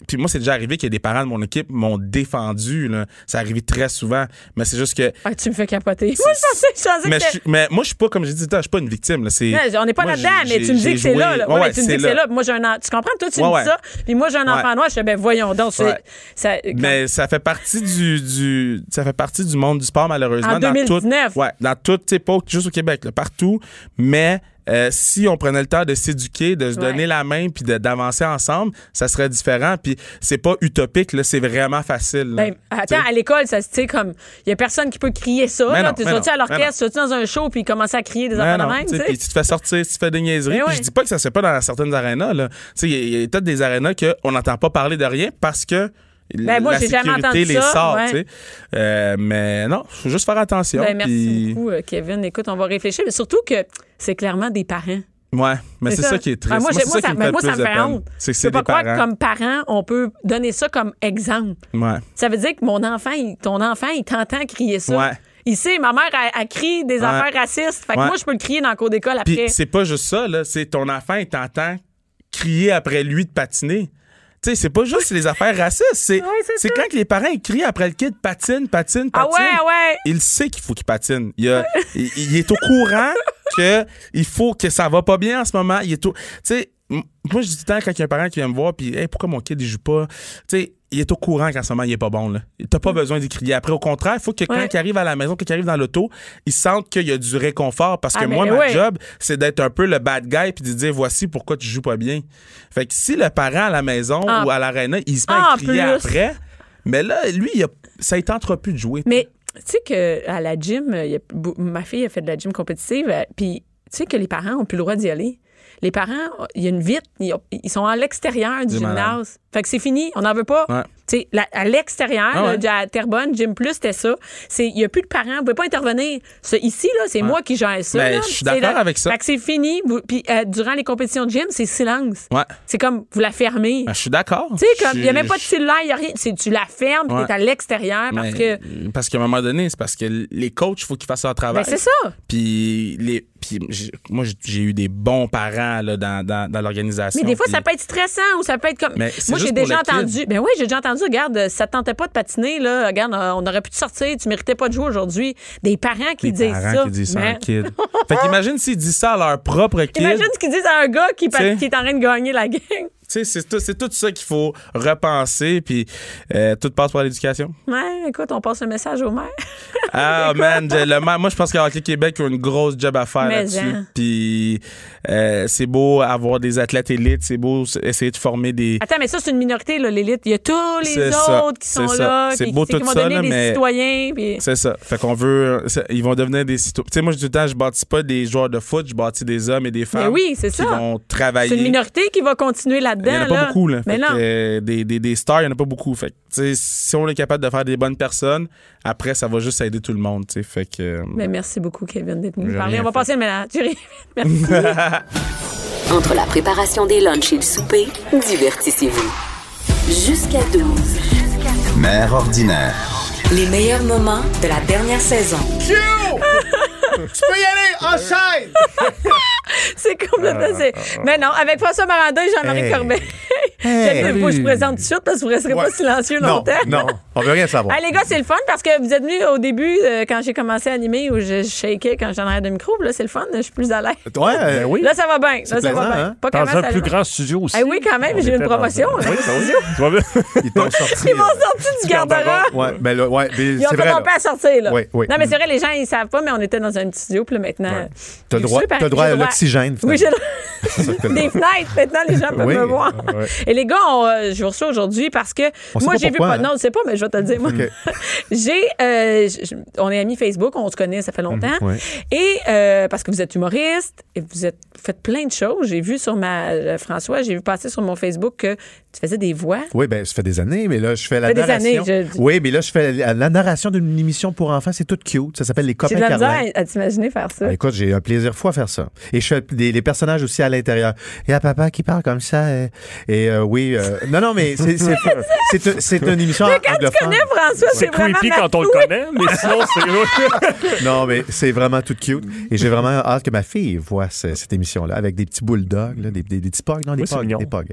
puis moi, c'est déjà arrivé que des parents de mon équipe m'ont défendu. Là. Ça arrive très souvent. Mais c'est juste que
Ah, tu me fais capoter. Moi, je pensais, je pensais
mais,
que
je suis- mais moi, je suis pas, comme j'ai dit, je suis pas une victime. Là. C'est-
Non, on n'est pas
moi,
là-dedans,
j'ai-
mais tu me
j'ai
dis que c'est
joué.
là, là.
Ouais,
Ouais,
ouais,
tu me dis que c'est là. Puis Moi, j'ai un en- Tu comprends? Toi, tu
Ouais,
me
ouais.
dis ça. Puis moi, j'ai un enfant
Ouais.
noir. Je fais, ben voyons donc. c'est-
Ouais.
ça, euh,
Mais ça fait partie du, du ça fait partie du monde du sport malheureusement
En 2019.
dans tout ouais dans tout tu sais, pas juste au Québec là, partout mais euh, si on prenait le temps de s'éduquer de se
Ouais.
donner la main puis de- d'avancer ensemble ça serait différent puis c'est pas utopique là c'est vraiment facile là.
Ben,
euh, Tu sais.
attends, à l'école, ça se tu sais, comme. Il y a personne qui peut crier ça.
Mais
là.
non,
Tu
mais
sorti
non,
à
mais non.
l'orchestre, tu sorti dans un show, puis commencer à crier des
Non,
enfants
non,
de même,
tu sais,
tu sais.
puis tu te fais sortir, tu te fais des niaiseries.
Mais
Puis
ouais.
Je dis pas que ça se fait pas dans certaines arénas. là. Tu sais, Il y a- il y a, peut-être des arénas qu'on n'entend pas parler de rien parce que
Ben, moi,
la
j'ai jamais
sécurité
entendu
les
ça,
sort.
ouais.
tu sais. Euh, mais non, faut juste faire attention.
Ben, merci
puis-
beaucoup, euh, Kevin. Écoute, on va réfléchir. Mais surtout que c'est clairement des parents.
Ouais, mais c'est ça. qui est triste.
Ah, moi, j'ai-
c'est
moi,
ça
ça,
qui me
mais
fait
moi,
le
ça
plus
me
de
fait
peine.
honte.
C'est que
Je
c'est
peux pas
des
croire que
parents.
comme parent, on peut donner ça comme exemple.
Ouais.
Ça veut dire que mon enfant, il- ton enfant, il t'entend crier ça.
Ouais.
Il sait, ma mère, elle, elle crie des
Ouais.
affaires racistes. Fait que
Ouais.
moi, je peux le crier dans le cours d'école après.
Puis c'est pas juste ça, là. C'est ton enfant, il t'entend crier après lui de patiner. Tu sais, c'est pas juste les affaires racistes. C'est
Ouais, c'est
c'est
ça.
quand que les parents ils crient après le kid, patine, patine, patine.
Ah ouais, ah ouais.
Il sait qu'il faut qu'il patine. Il, a- il- il est au courant que il faut que ça va pas bien en ce moment. Il est au- tu sais, m- moi, je dis tout le temps quand il y a un parent qui vient me voir, puis hey, pourquoi mon kid il joue pas? Tu sais, il est au courant qu'en ce moment, il est pas bon. Là. T'as pas besoin d'y crier. Après, au contraire, il faut que
Mm. Ouais.
quand il arrive à la maison, quand il arrive dans l'auto, il sente qu'il y a du réconfort. Parce
Ah,
que
mais
moi, ma
ouais.
job, c'est d'être un peu le bad guy puis de dire voici pourquoi tu joues pas bien. Fait que si le parent à la maison
Ah.
ou à l'aréna, il se met
Ah,
à
en
crier
plus.
après, mais là, lui, il a, ça ne tentera plus de jouer.
Mais tu sais que à la gym, euh, il y a bou- ma fille a fait de la gym compétitive, euh, puis tu sais que les parents ont plus le droit d'y aller. Les parents, euh, il y a une vitre, ils ont- ils sont à l'extérieur du
C'est
gymnase.
malade.
Fait que c'est fini, on n'en veut pas.
Ouais.
Tu sais, la- à l'extérieur,
Ah
là,
ouais.
du- à Terrebonne, Gym Plus, c'était ça. C'est- Il n'y a plus de parents, vous ne pouvez pas intervenir. Ce- ici, là, c'est moi qui gère ça.
Ben,
là.
je suis
C'est
d'accord
la-
avec ça.
Fait que c'est fini. vous- Puis euh, durant les compétitions de gym, c'est silence.
Ouais.
C'est comme, vous la fermez.
Ben, je suis d'accord.
tu sais, comme, il n'y a même pas de
Je-
cellulaire, il n'y a rien. C'est- Tu la fermes,
Ouais.
tu es à l'extérieur parce que.
Mais- Parce qu'à un moment donné, c'est parce que les coachs, il faut qu'ils fassent leur
Ben,
travail.
c'est ça.
Puis, les, puis j'ai- moi, j'ai- j'ai eu des bons parents là, dans, dans, dans l'organisation.
Mais des fois,
Puis-
ça peut être stressant ou ça peut être comme.
Mais c'est
Moi, j'ai
juste pour
déjà
le kid.
entendu. Ben oui, j'ai déjà entendu. Regarde, euh, ça te tentait pas de patiner, là. Regarde, euh, on aurait pu te sortir. Tu méritais pas de jouer aujourd'hui. Des parents qui
Des
disent
parents
ça.
qui disent ça à un
Mais-
kid. fait qu'imagine s'ils disent ça à leur propre kid.
Imagine ce qu'ils disent à un gars qui, pa-
T'sais.
qui est en train de gagner la gang.
Tu sais, c'est tout, c'est tout ça qu'il faut repenser, puis euh, tout passe par l'éducation.
Ouais, écoute, on passe le message au maire.
Ah, man, je- le maire- moi, je pense que Hockey Québec a une grosse job à faire
Mais
là-dessus.
hein.
Puis euh, c'est beau avoir des athlètes élites, c'est beau s- essayer de former des...
Attends, mais ça, c'est une minorité, là, l'élite. Il y a tous les
C'est
autres
ça,
qui
c'est
sont
ça.
là,
C'est
qui,
beau
qui- qui
tout
vont
ça,
donner
là,
des
mais-
citoyens. puis-
C'est ça. Fait qu'on veut... c'est- Ils vont devenir des citoyens. Tu sais, moi, je dis tout le temps, je bâtis pas des joueurs de foot, je bâtis des hommes et des femmes.
oui, c'est
qui
ça.
vont travailler.
C'est une minorité qui va continuer
Il
là-dedans.
n'y en a pas
là.
beaucoup, là.
Mais
Fait
non.
que, euh, des, des, des stars, il n'y en a pas beaucoup. Fait que, tu sais, si on est capable de faire des bonnes personnes, après, ça va juste aider tout le monde, tu sais. Fait que... euh,
Mais merci beaucoup, Kevin, d'être venu
J'ai
nous parler.
rien
On va
fait.
passer le ménage. J'ai rien fait. Merci.
Entre la préparation des lunchs et le souper, divertissez-vous. Jusqu'à 12.
Mère ordinaire.
Les meilleurs moments de la dernière saison.
C'est complètement. c'est- Mais non, avec François Maranda et Jean-Marie
Ah, Hey.
Corbet. J'aime mieux que je présente tout de suite parce que vous ne resterez pas
Ouais.
silencieux
Non,
longtemps.
non, on veut rien savoir.
Ah, les gars, c'est le fun parce que vous êtes venus au début euh, quand j'ai commencé à animer où je shakais quand j'en avais de micro. Puis Là, c'est le fun. Je suis plus à l'aise.
Ouais, euh, oui.
Là, ça va bien. Là, ça
plaisant,
va bien.
hein?
Pas comment
Dans un
ça
plus
va.
grand studio aussi.
Eh oui, quand même,
On
j'ai une
était dans
promotion,
un-
là.
Oui, ben oui. Tu vas bien.
Ils t'ont sorti.
Ils m'ont
euh,
sorti du garde-robe.
Ouais, mais là, ouais, mais
Ils ont
c'est vrai. là.
commencé à sortir, là.
Oui, oui. Mm.
Non, mais c'est vrai, les gens, ils savent pas, mais on était dans un petit studio, puis là, maintenant.
Ouais.
J'ai
T'as le droit,
su, par-
t'as le droit
j'ai
à l'oxygène.
Oui, j'ai
finalement.
le-
C'est ça que t'as le
des
droit.
fenêtres. Maintenant, les gens peuvent
Oui,
me voir.
ouais.
Et les gars, on, euh, je vous reçois aujourd'hui parce que
On sait
moi,
pas
j'ai vu
pourquoi,
pas.
hein?
Non, je sais pas, mais je vais te le dire. Moi,
OK.
j'ai, euh, j- j- on est amis Facebook, on se connaît, ça fait longtemps.
Mhm, ouais.
Et euh, parce que vous êtes humoriste et vous êtes fait plein de choses. J'ai vu sur ma. euh, François, j'ai vu passer sur mon Facebook que tu faisais des voix.
Oui, ben ça fait des années, mais là, je fais la
Ça fait des
narration.
années, je-
Oui, mais là, je fais la, la narration d'une émission pour enfants. C'est toute cute. Ça s'appelle Les
J'ai
copains
de la misère
Carlin.
à, à t'imaginer faire ça.
Ah, écoute, j'ai un plaisir fou à faire ça. Et je fais des, les personnages aussi à l'intérieur. Il y a papa qui parle comme ça. euh, Et, euh, oui, euh, non, non, mais c'est- c'est c'est- c'est une émission
Quand tu
Ah, anglophone.
connais François, c'est
C'est
vraiment.
creepy
ma-
quand on le
Oui. Ah
connaît, mais sinon, c'est.
Non, mais c'est vraiment tout cute. Et j'ai vraiment hâte que ma fille voit ce- cette émission-là avec des petits bulldogs, là, des, des, des petits pogs. Non, des
Oui, c'est
pogs.
mignon.
Des pogs.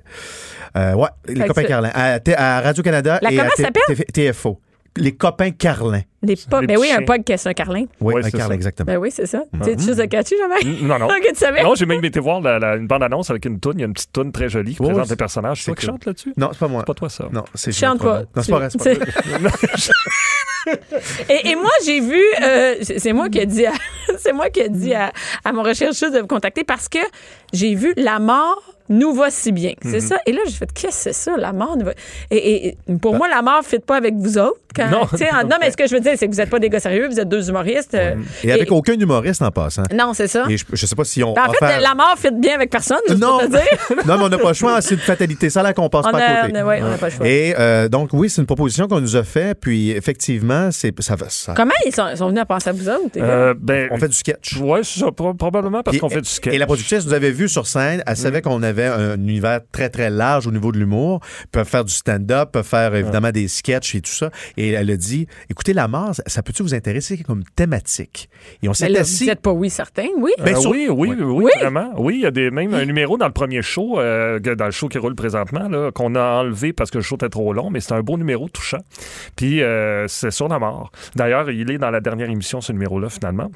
Euh, ouais, les
que
copains
c'est-
Carlin. À, T- à Radio-Canada
La-
et
comment
à
ça
T- T- TFO. Les copains Carlin.
Les pogs.
Les
Ben oui, un
chiens.
pog qui est un carlin.
Oui,
Ouais,
un
c'est
Carlin,
ça.
exactement.
Ben oui, c'est ça. Tu sais, tu as catché jamais?
Non, non.
Ok, tu savais?
Non, j'ai même été voir la- la- une bande-annonce avec une toune. Il y a une petite toune très jolie qui
Oh,
présente
c'est-
des personnages. C'est toi qui
cool.
chante là-dessus?
Non, c'est pas moi.
C'est pas toi, ça.
Non, c'est
Je chante
Julien
pas.
Trudel. Non, c'est pas vrai. c'est pas vrai.
Et, et moi, j'ai vu, euh, c'est c'est moi qui ai dit, à, c'est moi qui ai dit à, à mon rechercheur de me contacter parce que j'ai vu la mort nous va si bien. C'est ça. Et là, j'ai fait, qu'est-ce que c'est ça, la mort nous va. Et, et- et pour moi, la mort ne fit pas avec vous autres. Quand,
Non.
tu sais, en- non, mais ce que je veux dire, c'est que vous n'êtes pas des gars sérieux, vous êtes deux humoristes. euh,
Et avec aucun humoriste en passant.
Non, c'est ça.
Et je, je sais pas si on.
Ben, en fait,
enfin-
la mort fit bien avec personne, c'est
Non.
pour te dire.
non, mais on n'a pas le choix, c'est une fatalité. Ça, là, qu'on passe
On
pas
a-
à côté.
on a- ouais, on n'a pas le choix.
Et euh, donc, oui, c'est une proposition qu'on nous a fait, puis effectivement, c'est ça, va- ça-
Comment ils sont, ils sont venus à penser à vous autres? les gars?
Euh, ben,
on fait du sketch.
Ouais, c'est ça, pro- probablement parce
Et-
qu'on fait du sketch. Mm.
Et la productrice nous avait vu sur scène. Elle savait qu'on avait un univers très, très large au niveau de l'humour. Peuvent faire du stand-up, peuvent faire évidemment des sketchs et tout ça. Et elle a dit écoutez, la mort, ça, ça peut-tu vous intéresser comme thématique Et on
Ben
s'est
là, vous
assis.
n'êtes pas oui certain, oui.
Euh,
Ben, sur-
oui, oui, oui,
Oui.
vraiment. Oui, il y a des, même un numéro dans le premier show, euh, que- dans le show qui roule présentement, là, qu'on a enlevé parce que le show était trop long, mais c'est un beau numéro touchant. Puis euh, c'est sur la mort. D'ailleurs, il est dans la dernière émission, ce numéro-là, finalement.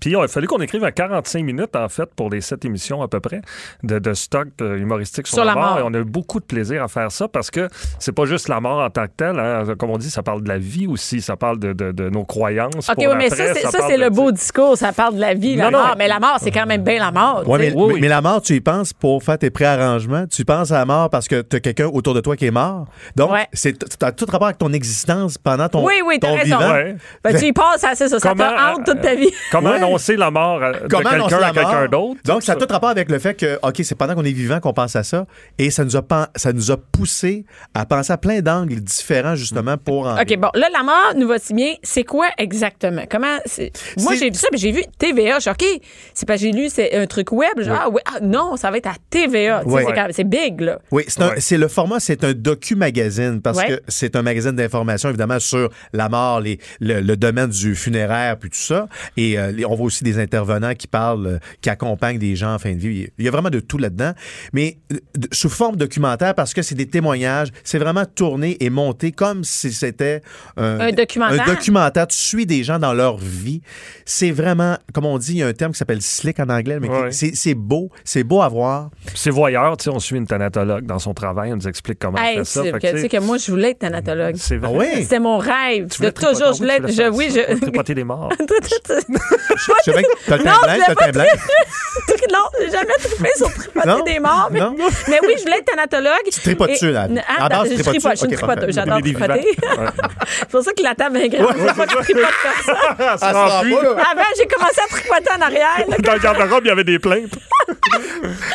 Puis il a fallu qu'on écrive à 45 minutes, en fait, pour les 7 émissions à peu près, de, de stock euh, humoristique sur,
Sur la
la, mort.
mort.
Et on a eu beaucoup de plaisir à faire ça parce que c'est pas juste la mort en tant que telle. hein. Comme on dit, ça parle de la vie aussi, ça parle de, de- de nos croyances.
OK,
pour
oui, mais
l'après,
ça, c'est, ça,
parle
c'est
de-
le beau discours. Ça parle de la vie, la
Non, non.
mort. Mais la mort, c'est quand même bien la mort.
Ouais,
tu
mais,
sais.
oui,
mais-
oui.
mais la mort, tu y penses pour faire tes préarrangements. Tu y penses à la mort parce que tu as quelqu'un autour de toi qui est mort. Donc,
Ouais.
c'est tu as tout rapport avec ton existence pendant ton,
Oui, oui, t'as
ton
raison.
vivant.
Ouais.
Ben, tu y passes assez, ça. Ça te hante
euh,
toute ta vie.
Comment
Ouais.
annoncer la mort à- de
Comment annoncer
quelqu'un
la
à
mort?
quelqu'un d'autre?
Donc, ça a tout rapport avec le fait que, OK, c'est pendant qu'on est vivant qu'on pense à ça. Et ça nous a, pen- ça nous a poussé à penser à plein d'angles différents, justement, pour en.
OK, bon, là, la mort nous va-t-il bien? C'est quoi exactement? Comment. c'est- Moi,
C'est-
j'ai vu ça, mais j'ai vu TVA. Je suis OK, c'est parce que j'ai lu c'est un truc web. Genre, ah, oui, ah, non, ça va être à TVA. Tu sais,
Ouais.
C'est, quand même- c'est big, là.
Oui, c'est un- c'est le format, c'est un docu-magazine parce
Ouais.
que c'est un magazine d'information évidemment sur la mort, les, le, le domaine du funéraire puis tout ça. Et euh, les- on voit aussi des intervenants qui parlent, euh, qui accompagnent des gens en fin de vie. Il y a vraiment de tout là-dedans, mais euh, de- sous forme documentaire parce que c'est des témoignages. C'est vraiment tourné et monté comme si c'était
Un documentaire.
un documentaire. Tu suis des gens dans leur vie. C'est vraiment, comme on dit, il y a un terme qui s'appelle slick en anglais, mais qui-
Ouais.
c'est c'est beau, c'est beau à voir.
C'est voyeur, tu sais, on suit une thanatologue dans son travail, on nous explique comment elle
Hey,
fait
tu
ça.
sais
Fait
que, tu sais que moi, je voulais être thanatologue.
c'est vrai.
Ah ouais.
C'était mon rêve. de
Tu voulais tripoter-
toujours, je voulais
ah
être.
oui, tu
Je,
voulais
oui,
faire ça,
je.
tripoter les morts.
Je sais bien que t'as
Non, je
le teint blanc,
voulais
t'as le
pas
teint blanc.
non, j'ai jamais trippé sur tripoter
Non?
des morts. Mais,
Non?
mais oui, je voulais être thanatologue. Tu
tripes pas dessus, là.
Ah,
À base,
je
tu tripes
tripote,
pas
je suis une
dessus? Ok,
tripoteuse,
parfait.
J'adore
Des vivants.
tripoter. C'est pour ça que la table est grande. Je pas de tripote personne.
Ah, ça
Ah,
rend
ça
plus.
va, là.
Avant, j'ai commencé à tripoter en arrière. Là,
Dans le garde-robe, il y avait des plaintes.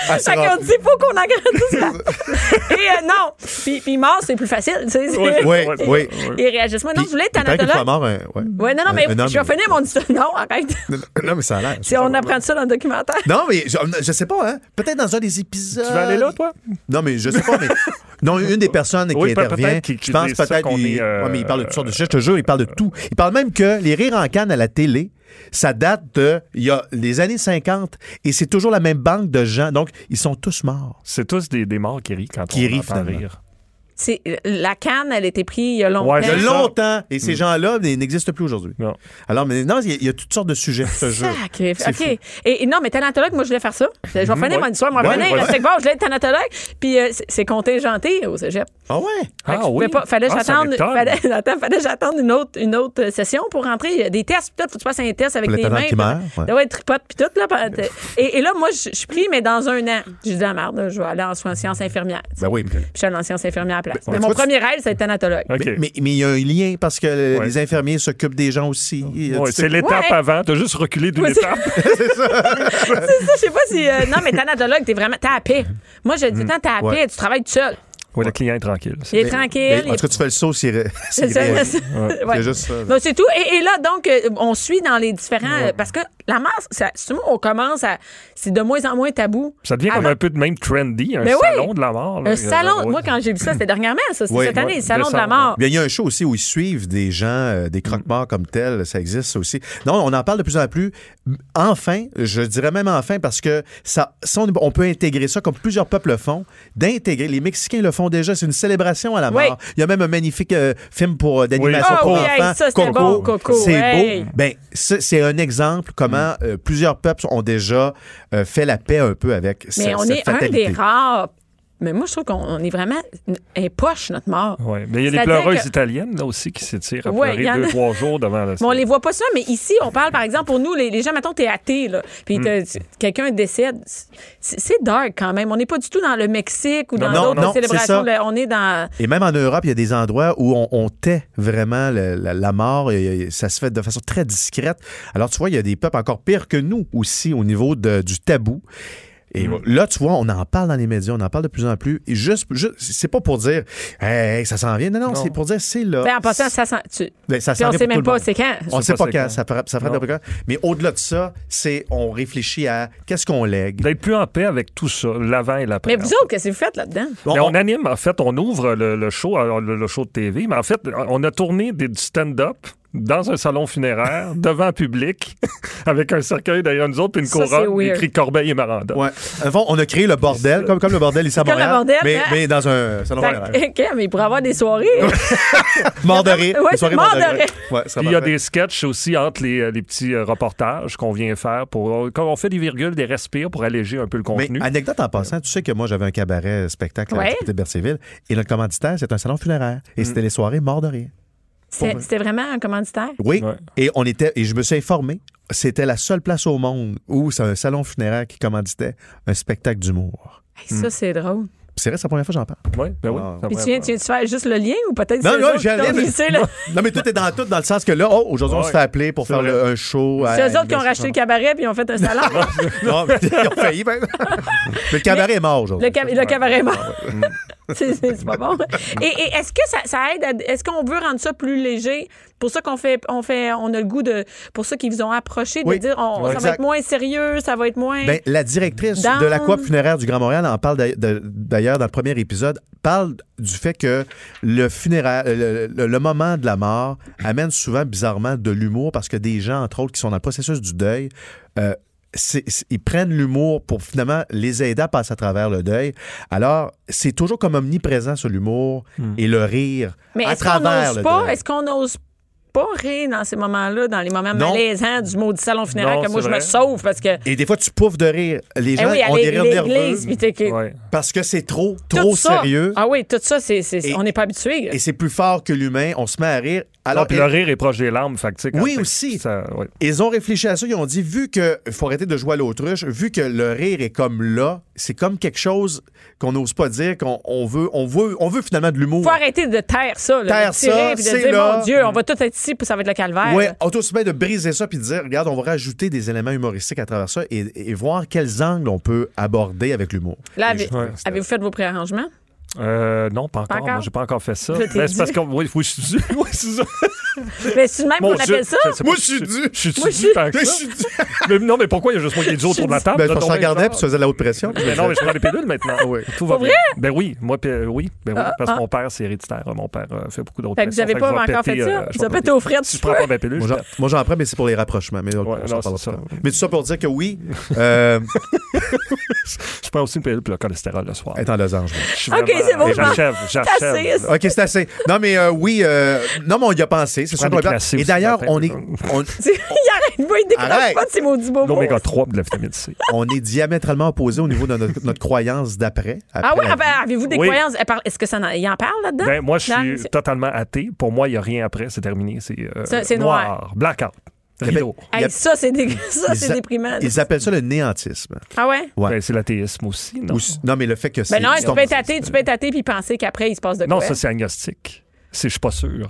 Ah, ça
fait
va.
qu'on dit, faut qu'on agrandisse la... Et euh, non. Puis, puis mort, c'est plus facile. tu sais, c'est-
Ouais,
Oui,
Ouais.
oui.
Ils réagissent. Moi, non, je
Puis,
voulais être
il paraît qu'une fois
thanatologue.
mort, Euh, un- ouais.
Ouais, non, non,
Un-
mais
un homme-
je vais finir mon histoire. Non, arrête.
Non, mais ça a l'air.
Si on apprend ça dans le documentaire.
Non, mais je, je sais pas, hein. Peut-être dans un des épisodes.
Tu vas aller là, toi?
Non, mais je sais pas, mais. Non, une des personnes
Oui,
qui
peut-
intervient,
peut-être qu'il-
je
qu'il
pense
dit ça
peut-être.
qu'on
il-
est, euh,
ouais, mais il parle de toutes sortes de choses, je te jure, il parle de tout. Il parle même que les rires en canne à la télé, ça date de. Il y a les années 50 et c'est toujours la même banque de gens. Donc, ils sont tous morts.
C'est tous des, des morts qui rient quand
Qui
on
rient,
entend
finalement.
rire.
C'est- euh, La canne, elle a été prise il y a longtemps.
Ouais,
Il y a
C'est ça. Hmm.
longtemps, et ces gens-là ils n'existent plus aujourd'hui.
Non.
Alors, mais non, il y a- il y, a toutes sortes de sujets, ce jeu.
Sacré.
C'est
OK.
fou.
Et, et non, mais thanatologue, moi, je voulais faire ça. Je vais finir
ouais.
mon histoire. Moi,
Ouais,
venez,
voilà.
restez avec moi, je voulais être thanatologue. Puis euh, c'est- c'est contingenté au cégep.
Ah ouais?
Fait que je
Ah oui?
pouvais pas- fallait que
Ah, ça
j'attende
m'étonne.
fallait, attends, fallait que j'attende une autre, une autre session pour rentrer. Il y a des tests, peut-être, faut que tu passes un test avec
Pour le
tes
talent
mains.
qui meurt, ouais.
Ouais, tripote, puis tout. Là, pa- t- et, et là, moi, je je suis pris, mais dans un an. J'ai dit, ah, merde, là, je vais aller en soins en sciences infirmières.
Ben oui.
Puis je suis allée en sciences infirmières place.
Ben,
Mais
tu
mon
vois, tu-
premier rêve, c'est Thanatologue.
OK.
Mais mais il y a un lien parce que le-
Ouais.
les infirmiers s'occupent des gens aussi.
Ouais,
Tu
c'est
sais-
l'étape
Ouais.
avant. T'as juste reculé d'une
Ouais, c'est-
étape.
C'est ça, je sais pas si. euh, non, mais thanatologue, t'es vraiment. T'es à paix. Moi, je dis, tant t'es à paix,
Mm-hmm. Ouais.
tu travailles tout seul.
Ouais, le client est tranquille.
Il est
Ben,
tranquille. il
en
est-
tout cas, tu fais le saut, c'est ré-
C'est
c'est
ça,
réel.
c'est- ouais.
C'est juste ça.
Donc, c'est tout. Et, et là, donc, euh, on suit dans les différents. euh, Parce que la masse, ça, souvent, on commence à. C'est de moins en moins tabou.
Ça devient comme
Avant-
un peu de même trendy, un
Ah, Mais oui.
salon de la mort. là.
Un salon.
Ouais.
Moi, quand j'ai vu ça, c'était dernièrement, ça. C'est
Ouais,
cette année,
ouais,
le salon de la
décembre,
mort.
Bien, il y a un show aussi où ils suivent des gens, euh,
Mm.
des croque-morts comme tels, ça existe ça aussi. Non, on en parle de plus en plus. Enfin, je dirais même enfin, parce que ça, ça, on, on peut intégrer ça comme plusieurs peuples le font, d'intégrer. Les Mexicains le font déjà, c'est une célébration à la mort.
Oui.
Il y a même un magnifique euh, film pour euh, d'animation
Ah
pour
oui,
enfants,
hey, ça, c'était
Coco.
bon, Coco,
C'est
hey. Mm.
beau. Ben, ça, c'est un exemple comment euh, plusieurs peuples ont déjà euh, fait la paix un peu avec ce-
Mais on
cette
est
fatalité.
un des rares. Mais moi, je trouve qu'on on est vraiment. un poche, notre mort.
Ouais. Mais il y a les
C'est-à-dire
pleureuses
que-
italiennes là, aussi qui s'étirent à
Ouais, il y
pleurer
en a-
deux, trois jours devant la
Mais on les voit pas ça, mais ici, on parle, par exemple, pour nous, les, les gens, mettons, t'es athée, là, puis
Hmm.
t'as- tu- quelqu'un décède. C'est c'est dark quand même. On n'est pas du tout dans le Mexique ou dans
Non,
d'autres
non, c'est
célébrations.
ça.
là. on est dans.
Et même en Europe, il y a des endroits où on, on tait vraiment le- la, la mort. et, et ça se fait de façon très discrète. Alors, tu vois, il y a des peuples encore pires que nous aussi au niveau de- du tabou. Et là, tu vois, on en parle dans les médias, on en parle de plus en plus. Et juste, juste- c'est pas pour dire, hey, ça s'en vient. Non, non, c'est pour dire, c'est là.
Ben, en passant, ça sent. Tu...
Ben, Euh, ça
puis
s'en
on
vient
sait
pour
même
tout le
pas
monde.
c'est quand.
On ne sait pas
pas c'est
quand,
quand.
ça frappe, ça frappe
Non.
de quand. Mais au-delà de ça, c'est on réfléchit à qu'est-ce qu'on lègue.
D'être plus en paix avec tout ça, l'avant et l'après.
Mais vous autres, qu'est-ce que vous faites là-dedans?
Mais
On-
on anime, en fait, on ouvre le, le show, alors, le, le show de TV, mais en fait, on a tourné des, du stand-up dans un salon funéraire, devant public, avec un cercueil derrière nous autres, puis une
Ça, c'est
couronne,
weird.
écrit Corbeil et Maranda.
Ouais. En fond, on a créé le bordel, comme, comme le bordel ici à
Comme le
Montréal,
bordel,
mais,
hein?
mais dans un salon
Fait
funéraire.
que- OK, mais il pourrait avoir des soirées.
Mort de rire.
Ouais,
Une soirée
mort
mort
de
de
rire.
rire. Ouais, ça
Puis il y a
parfait.
des sketchs aussi entre les, les petits euh, reportages qu'on vient faire pour. euh, Quand on fait des virgules, des respires pour alléger un peu le
Mais
contenu.
anecdote en passant, tu sais que moi j'avais un cabaret spectacle à
Ouais.
la Cité de Berthierville et notre commanditaire c'est un salon funéraire et
Mm.
c'était les soirées mort de rire.
C'est- C'était vraiment un commanditaire.
Oui,
Ouais.
et on était et je me suis informé, c'était la seule place au monde où c'est un salon funéraire qui commanditait un spectacle d'humour.
Hey, ça, c'est drôle.
Puis C'est vrai, c'est la première fois que j'en parle.
Ouais, ben oui,
Ah.
ça
Puis
va
tu viens,
être-
tu viens de faire juste le lien ou peut-être
Non,
c'est eux
non,
autres qui
j'ai
t'ont
rien-
glissé, là?
Non mais tout est dans tout dans le sens que là, oh, aujourd'hui on
Ouais.
se fait appeler pour
C'est
faire
vrai.
le- un show. à
C'est eux
une
autres qui ont racheté le cabaret puis ils ont fait un salon.
Non, mais ils ont failli. ben. Mais le cabaret est mort aujourd'hui.
Le, ca- le cabaret mort.
Mm.
c'est c'est- c'est pas bon. Et, et est-ce que ça, ça aide? à- Est-ce qu'on veut rendre ça plus léger? Pour ça qu'on fait, on fait, on a le goût de, pour ceux qui vous ont approché, de
Oui.
dire, on- ça va
Ouais, exact.
être moins sérieux, ça va être moins.
Ben, la directrice
Dans-
de la coop funéraire du Grand Montréal en parle d'ailleurs- de- d'ailleurs dans le premier épisode, parle du fait que le funéraire, le, le- le moment de la mort amène souvent bizarrement de l'humour parce que des gens, entre autres, qui sont dans le processus du deuil, euh, c'est- c'est- ils prennent l'humour pour finalement les aider à passer à travers le deuil. Alors, c'est toujours comme omniprésent sur l'humour et le rire
Mais
à
est-ce qu'on
travers
n'ose
le
pas?
deuil.
Est-ce qu'on n'ose pas rire dans ces moments-là, dans les moments
Non.
malaisants du maudit salon funéraire
Non,
que moi,
c'est
je me
vrai.
sauve parce que.
Et des fois, tu pouffes de rire. Les
Eh
gens
oui, à
ont des
l'é-
rires
l'église, puis
nerveux
t'es que-
Ouais.
parce que c'est trop,
tout
trop
ça.
sérieux.
Ah oui, tout ça, c'est, c'est-
Et-
on n'est pas habitué.
et c'est plus fort que l'humain. On se met à rire.
Alors,
Alors,
puis le rire est proche des larmes, fait que, tu sais, quand
Oui,
t'es-
aussi.
ça- ouais.
ils ont réfléchi à ça. Ils ont dit, vu que faut arrêter de jouer à l'autruche, vu que le rire est comme là, c'est comme quelque chose qu'on n'ose pas dire, qu'on on veut, on veut, on veut finalement de l'humour.
faut arrêter de taire ça, là,
Taire
de tirer
ça,
puis de
c'est
dire,
là.
mon Dieu, on va tout être ici, puis ça va être le calvaire.
Ouais, on doit se mettre de briser ça puis de dire, regarde, on va rajouter des éléments humoristiques à travers ça et, et voir quels angles on peut aborder avec l'humour.
Là,
Et
avez-
je-
avez-vous fait vos préarrangements?
Euh, non, pas encore.
encore?
Moi, j'ai pas encore fait ça.
Je t'ai
Mais c'est
dit.
parce que. Oui, oui, je suis dû. Oui, c'est ça.
Mais c'est le même qu'on
Mon Dieu,
appelle ça?
je sais pas,
Moi, je suis dû.
Je suis
Moi, je
dû
suis-
tant que
Je
ça.
suis dû.
Mais non, mais pourquoi il y a juste moi qui est dû autour de la table?
Ben,
Là,
je pense
tombé
qu'on regardait
genre.
puis Ah tu faisais de la haute pression.
Mais non, mais je prends des pilules maintenant. Tout va
Pour Ah,
bien. Ben oui, moi, puis, euh, oui, ben oui, parce que mon père, c'est héréditaire. Mon père euh, fait beaucoup d'autres
Fait que vous
pressions.
avez
que
pas
je vais
encore
péter,
fait ça?
euh, je
Vous
vais
avez
péter.
été aux frettes,
Si je
tu peux?
prends pas ma pilule,
Moi,
je
j'en- moi, j'en prends, mais c'est pour les rapprochements. Mais, on
Ouais,
s'en
non,
parle
c'est
pas.
ça.
mais tout ça pour dire que oui, euh,
je prends aussi une pilule pour le cholestérol le soir.
être en losange. moi.
Je suis
Ok,
vraiment-
c'est bon, je Ah, m'en-
J'achève,
T'as assez,
j'achève.
ça.
OK, c'est assez. Non, mais euh, oui, euh, non, mais on y a pensé. C'est sûr
Prends
qu'on
des
y a pensé.
classés
Et
aussi,
d'ailleurs,
après,
on est,
c'est
on,
Il arrête pas, il décroche
Arrête.
pas de ces maudits beaux mots.
L'oméga 3 de la vitamine C.
on est diamétralement opposés au niveau de notre, notre croyance d'après.
Ah
Après
oui,
la
ah ben, avez-vous des
Oui.
croyances? Elle parle- Est-ce que ça en, il en parle là-dedans?
Ben, moi, je
Dans
suis
l'émission?
totalement athée. Pour moi, il n'y a rien après. C'est terminé. C'est euh,
Ça, c'est noir.
Blackout. Rideau.
Il y a-
Hey, ça, c'est dé- ça,
ils
c'est
a-
déprimant.
Ils appellent ça le néantisme.
Ah ouais?
Ouais.
Ben, c'est l'athéisme aussi, non?
Ou s- non, mais le fait que c'est.
Ben non, tu
ton-
peux être athée, tu peux être athée puis penser qu'après, il se passe de
non,
quoi.
ça, c'est agnostique. C'est, je suis pas sûr.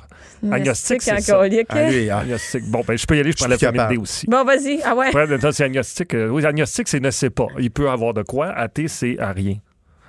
Agnostique, c'est ça.
alcoolique.
Ah, lui, ah,
Agnostique. Bon, ben, je peux y aller, je prends
Je
la
suis
famille D
capable.
aussi.
Bon, vas-y. Ah ouais?
Prends le temps, c'est agnostique. Euh, Oui, agnostique, c'est ne sait pas. Il peut avoir de quoi. Athée, c'est à rien.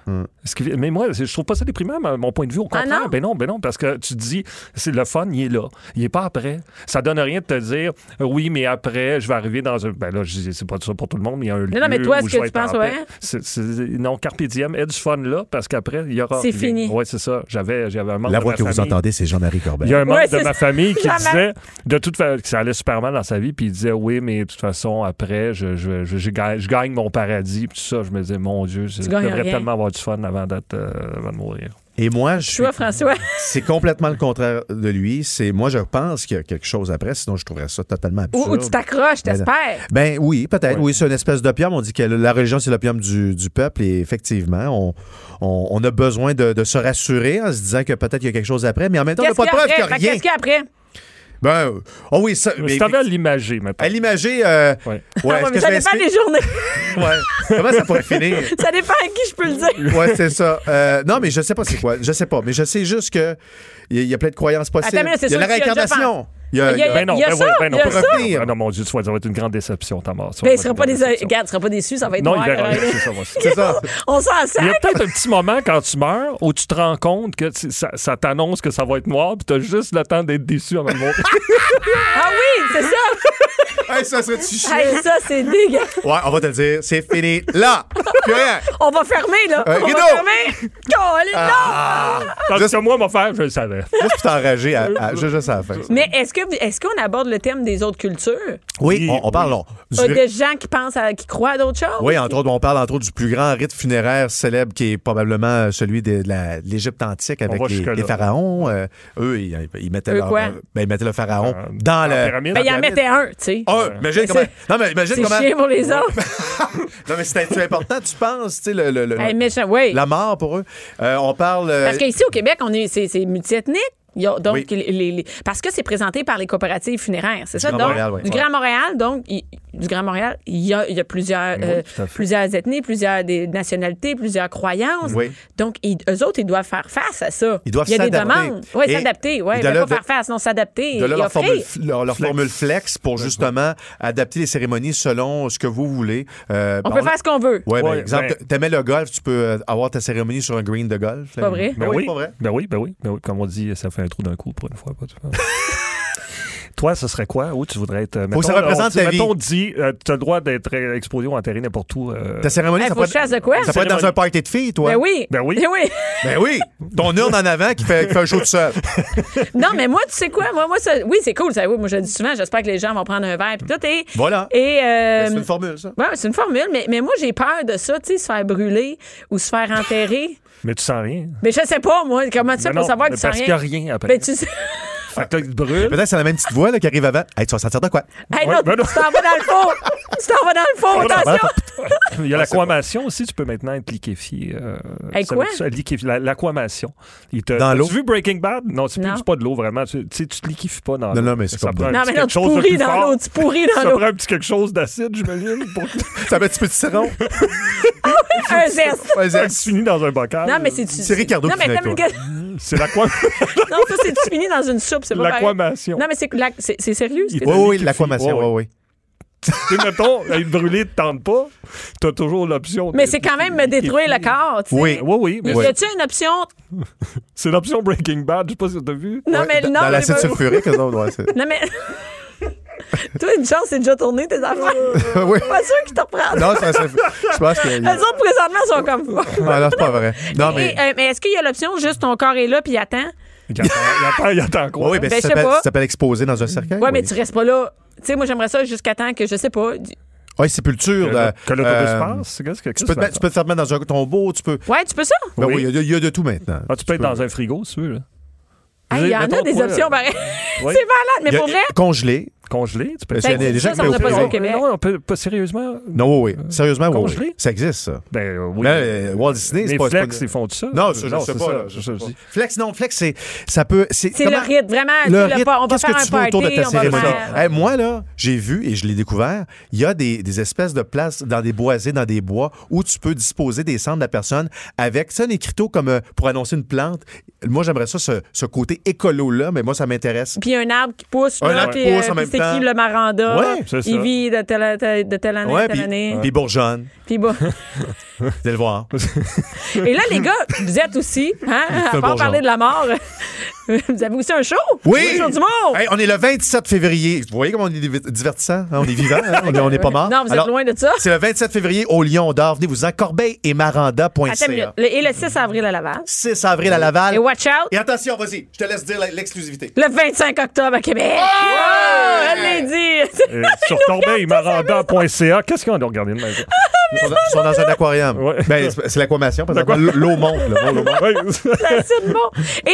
Hmm.
Ce qui- mais moi, je trouve pas ça déprimant, ma- mon point de vue. Au
Ah
contraire,
non?
ben non, ben non, parce que tu te dis, c'est le fun, il est là. Il est pas après. Ça donne rien de te dire, euh, oui, mais après, je vais arriver dans un. Ben là, je dis, c'est pas ça pour tout le monde, mais il y a un lieu.
non, mais toi,
où
est-ce
je
que
vais
tu
être
penses,
en paix.
ouais?
C'est- c'est- Non, Carpe Diem, aie du fun là, parce qu'après, il y aura.
C'est fini.
Oui, c'est ça. J'avais j'avais un manque
ah. La
de
voix
ma
que vous
famille.
entendez, c'est Jean-Marie Corbet.
Il y a un membre
Ouais,
de
c'est
ma
ça.
famille qui
Jamais.
disait de toute fa- que ça allait super mal dans sa vie, puis il disait oui, mais de toute façon, après, je, je, je, je gagne, je gagne mon paradis, puis tout ça. Je me disais, mon Dieu, je je
gagnes
devrais
rien.
tellement avoir du fun avant, d'être, euh, avant de mourir.
Et moi, je
Tu
suis
vois, François?
C'est complètement le contraire de lui. C'est moi, je pense qu'il y a quelque chose après, sinon je trouverais ça totalement
Ou,
absurde.
ou tu t'accroches,
Ben non.
t'espères.
Ben oui, peut-être. Oui, c'est une espèce d'opium. On dit que la religion, c'est l'opium du, du peuple. Et effectivement, on, on- on a besoin de, de se rassurer en se disant que peut-être qu'il y a quelque chose après. Mais en même temps, on n'a
Qu'est-ce qu'il
pas de
y a
preuve
après?
qu'il n'y a
Fait que
rien.
Qu'est-ce qu'il y a après? Ah,
Ben, euh, oh oui, ça. mais
Si t'avais à l'imager maintenant.
à l'imager, euh,
Ouais.
ouais,
Ah,
est-ce
ouais,
que
mais
je
ça
vais
dépend
expliquer-
des journées.
Ouais. Comment ça pourrait finir?
ça dépend à qui je peux le dire. Ben,
Ouais, c'est ça. Euh, non, mais je sais pas c'est quoi. Je sais pas. Mais je sais juste que il y, a- il y a plein de croyances possibles.
Attends, mais là, c'est
il y a la
sûr qu'il y a déjà
réincarnation. Il y a-
Il y a-
Ben non,
il y a
ben
ça,
oui, ben non,
il y a
ben
ça.
non, ben non, mon Dieu, tu vois, ça va être une grande déception, ta mort. Ça
Ben, il
va être
sera
une
pas
grande
déçu.
déception.
Regarde, il sera pas déçu, ça va être
Non, il
noir.
verra
hein.
rien, c'est ça, moi, c'est-
C'est ça.
On s'en sert.
Il y a peut-être un petit moment quand tu meurs où tu te rends compte que tu- ça, ça t'annonce que ça va être noir, puis t'as juste le temps d'être déçu avant de mourir.
Ah oui, c'est ça.
Hey, ça serait-tu chiant?
Hey, ça, c'est dégueu.
Ouais, on va te le dire, c'est fini. Là! Plus rien!
On va fermer, là.
Euh, Ah.
On
rideau.
va fermer. Colin, non!
Parce que moi, mon frère, je le savais.
Juste pour t'enrager à, à- juste, juste à la fin.
Mais est-ce que est-ce qu'on aborde le thème des autres cultures?
Oui, on, on parle. on- du-
Euh, de gens qui pensent à, qui croient à d'autres choses?
oui, entre autres, on parle entre autres du plus grand rite funéraire célèbre qui est probablement euh, celui de, de la- de l'Égypte antique avec
va
les,
jusque-là.
les pharaons. Euh, eux, ils, ils mettaient
Eux
leur-
quoi?
ben, ils mettaient le pharaon
Euh,
dans
en
le.
pyramide.
Ben, il en
pyramide.
mettait un, tu sais.
Ah, imagine
Mais
comment.
c'est-
Non, mais imagine
C'est
comment.
chier pour les autres.
Non, mais c'est c'est important, tu penses, tu sais, le, le- le-
Hey, méchant, oui.
la mort pour eux. Euh, on parle. euh,
Parce qu'ici, au Québec, on est, c'est, c'est multiethnique. Il y a donc,
Oui.
les- les- les- parce que c'est présenté par les coopératives funéraires, c'est ça?
Grand
donc,
Montréal, oui.
Du
Ouais.
Grand Montréal, donc, il- du Grand Montréal, il y a, il y a plusieurs, euh,
tout à fait.
plusieurs ethnies, plusieurs des nationalités, plusieurs croyances.
Oui.
Donc, ils, eux autres, ils doivent faire face à ça.
Ils doivent
Il y a des
s'adapter.
demandes. Oui,
Et
s'adapter. Oui,
de
ben,
là,
pas
de-
faire face, non, s'adapter.
De là,
et
leur,
offrir.
formule, leur, leur
Flex. Uh-huh.
formule flex pour justement adapter les cérémonies selon ce que vous voulez. Euh,
On
ben,
peut faire ce qu'on veut.
Ouais, par
Ouais,
exemple,
ben-
t- t'aimais le golf, tu peux euh, avoir ta cérémonie sur un green de golf.
Pas vrai?
Ben oui, pas vrai.
Ben oui, ben oui, ben oui. Comme on dit, ça fait un trou d'un coup pour une fois. Pas tout le temps. Toi, ce serait quoi? Où tu voudrais être? euh,
que ça
mettons,
représente
on,
ta vie.
Mettons, dit, euh, tu as le droit d'être euh, exposé ou enterré n'importe où. euh,
Ta cérémonie,
Hey,
ça
faut
pourrait
que je fasse de quoi?
ça pourrait être dans
Cérémonie.
un party de filles, toi.
Ben oui.
Ben oui.
Ben oui.
Ben oui. Ton urne en avant qui fait, qui fait un show tout seul.
Non, mais moi, tu sais quoi? Moi, moi ça, oui, c'est cool. Ça, oui, moi, je le dis souvent, j'espère que les gens vont prendre un verre. Puis tout. Et,
Voilà. Ben,
Et, euh,
C'est une formule, ça.
ouais, c'est une formule, mais, mais moi, j'ai peur de ça, tu sais, se faire brûler ou se faire enterrer.
Mais tu sens rien.
mais je sais pas, moi, comment tu fais
Ben
pour
non,
savoir que
ben
tu sens
Parce qu'il n'y a
rien?
rien après.
Ben, tu sais.
Fait que là, il te brûle.
Peut-être que c'est la même petite voix là, qui arrive avant. Hey, tu vas sentir de quoi?
Hey,
Ouais,
non,
ben non.
tu t'en vas dans le fond! tu t'en vas dans le fond, attention!
Il y a l'aquamation aussi, tu peux maintenant être liquéfié. euh,
Hey,
ça
quoi?
veut dire ça, liquéfi- la- L'aquamation. Il te-
Dans l'eau?
T'as-tu vu Breaking Bad? Non, c'est plus-
Non.
c'est pas de l'eau vraiment. Tu tu sais, tu te liquéfies pas dans l'eau.
Non, non, mais c'est
Ça
comme
prend
ça.
un
Non,
petit
mais non,
quelque
tu
chose de
pourris
plus
dans
fort.
l'eau, tu pourris dans
Ça
l'eau.
prend un petit quelque chose d'acide, j'imagine, pour que
Ça met un petit peu de citron.
Un zeste!
Vas-y.
tu finis dans un bocal. euh,
Non, mais c'est.
C'est Ricardo
Non,
qui
mais
finit
t'as
avec
une-
C'est l'aquamation.
Non, ça, c'est tu finis dans une soupe, c'est pas pareil.
L'aquamation.
Non, mais c'est la- c'est c'est sérieux? ce que
Oui,
t'as dit?
oui, l'aquamation,
Ouais,
oui, oui.
ouais. Tu sais, mettons, être brûlé te tente pas, t'as toujours l'option. de-
Mais c'est quand même me détruire le corps, tu sais.
Oui.
Oui, oui, mais
Y a-tu une option?
c'est l'option Breaking Bad, je sais pas si t'as vu.
Non, Ah, mais
dans
non,
dans
mais-
l'acide sulfurique, eux autres, ouais, c'est-
Non, mais. Toi, une chance, c'est déjà tourné tes affaires.
Oui.
Pas sûr qu'ils te reprennent.
Non, c'est- c'est- je pense que.
Les autres, présentement, sont comme.
Ah, non, c'est pas vrai. Non, mais.
Et, euh, mais est-ce qu'il y a l'option juste ton corps est là puis il attend?
Il attend, il attend, il attend quoi?
Oui, oui, ben,
Ben,
ça
je sais
s'appelle-
pas.
ça s'appelle exposer dans un cercueil.
Ouais, mais tu restes pas là. Tu sais, moi, j'aimerais ça jusqu'à temps que je sais pas. du-
Ah, Oui, sépulture.
Que,
là,
que l'autobus
euh,
passe? Qu'est-ce que
Tu peux, te, mettre- tu peux te faire mettre dans un tombeau, tu peux.
Ouais, tu peux ça?
Ben
Oui.
oui, il y a- il y, a de tout maintenant.
Ah, tu peux être dans un frigo, si tu veux. là.
Ah, Il y en a
Mettons,
des
toi,
options, pareil.
Oui.
C'est malade, mais
euh, Il y a-
pour vrai.
Congelé,
Congelé, tu peux
Parce qu'il y en a des gens
ça,
qui
ça,
mettent
on n'a
au
pas
frigo.
ça au Québec.
Non, on peut pas sérieusement.
Non, oui,
Euh,
oui. Sérieusement, oui,
Congelé?
oui. Ça existe, ça.
Ben euh, oui.
Là, euh, Walt Disney,
les
c'est pas... c'est
flex,
pas-
ils font de ça.
Non, ça, je sais
c'est
pas,
ça,
là, je
c'est ça, je
sais pas.
dis.
Flex, non, flex, c'est... Ça peut...
C'est
comment-
le rythme, vraiment.
Le
tu l'as
rythme,
pas- on va
qu'est-ce
faire
que tu veux
un
autour de
party,
ta
on va
cérémonie?
faire...
Hey, moi, là, j'ai vu et je l'ai découvert, il y a des, des espèces de places dans des boisés, dans des bois, où tu peux disposer des cendres de la personne avec, ça, un écriteau comme euh, pour annoncer une plante. Moi, j'aimerais ça, ce, ce côté écolo-là, mais moi, ça m'intéresse.
puis un arbre qui pousse,
Un
là,
arbre qui
puis, euh,
pousse en
puis
même
c'est
temps.
qui le maranda,
Ouais,
c'est ça.
il vit de telle, telle- de telle année à
Ouais,
telle
puis,
année,
puis bourgeonne.
puis bon.
Vous allez le voir.
Et là, les gars, vous êtes aussi, hein,
fait
à
un
part
bon
parler
genre.
de la mort, vous avez aussi un show, le show du monde.
Hey, on est le 27 février. Vous voyez comment on est div- divertissant? hein? On est vivant, hein? on, est, on est pas mort.
Non, vous êtes
Alors,
loin de ça.
C'est le 27 février au Lyon d'Or. Venez vous en Corbeil et
Attends une minute.
Maranda.ca.
Le- Et le 6 avril à Laval.
6 avril à Laval.
Et watch out,
Et attention, vas-y, je te laisse dire la- l'exclusivité.
le 25 octobre à Québec. Wow, elle l'a dit.
Euh, Sur tombeilmaranda.ca, qu'est-ce qu'on a regardé de même?
Ils sont dans, ils sont dans un aquarium.
Ouais.
Ben, c'est c'est l'aquamation, parce que l'eau monte. là. L'eau monte.
C'est assez de bon.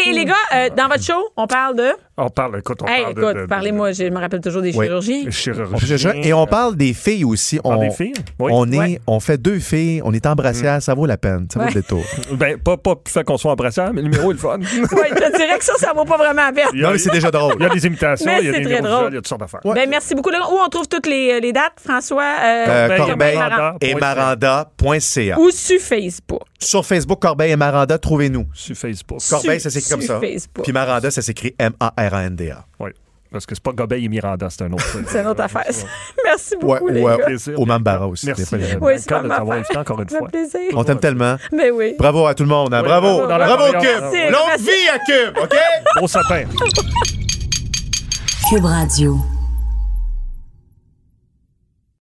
Et les gars, euh, dans votre show, on parle de...
on parle, écoute, on
Hey,
parle de-
écoute,
de- de-
parlez-moi, je me rappelle toujours des
Oui.
chirurgiens.
de chirurgie.
On fait ça. Et on parle des filles aussi. On,
parle des filles, oui. Mm.
on, est,
Ouais.
on fait deux filles, on est en brassière, ça vaut la peine, ça vaut
Ouais.
le détour.
Ben, pas, pas plus fait qu'on soit en brassière, mais le numéro est le fun.
Ouais, je te dirais que ça, ça vaut pas vraiment la peine.
Il y a-
Non, mais c'est déjà drôle.
Il y a des imitations,
Mais
il y a
c'est
des
très
numéros
drôle.
visuels, il y a toutes sortes d'affaires.
Ouais.
Ben, merci beaucoup. Là, où on trouve toutes les, euh, les dates, François?
Euh,
Corbeil
Corbeil
Maranda.
et Maranda.ca.
Ou sur Facebook.
Sur Facebook, Corbeil et Maranda, trouvez-nous.
Sur Facebook.
Corbeil,
Sur-
ça s'écrit comme
sur
ça.
Facebook.
Puis Maranda, ça s'écrit M-A-R-A-N-D-A.
Oui. Parce que c'est pas Gobeil et Miranda, c'est un autre.
C'est une autre affaire. ça. merci beaucoup,
Ouais,
les
ouais.
gars.
Plaisir.
Au Mambara aussi.
Merci.
Des fois, il y a-
euh,
Oui,
Bianca,
c'est pas
de
ma
t'avoir
affaire.
invité encore une
Ça fait
fois.
plaisir.
On t'aime tellement.
Mais oui.
Bravo à tout le monde. hein.
Ouais,
Bravo.
bravo,
Bravo,
bravo,
Cube.
bravo.
Longue vie à Cube, OK?
Beau sapin.
Cube Radio.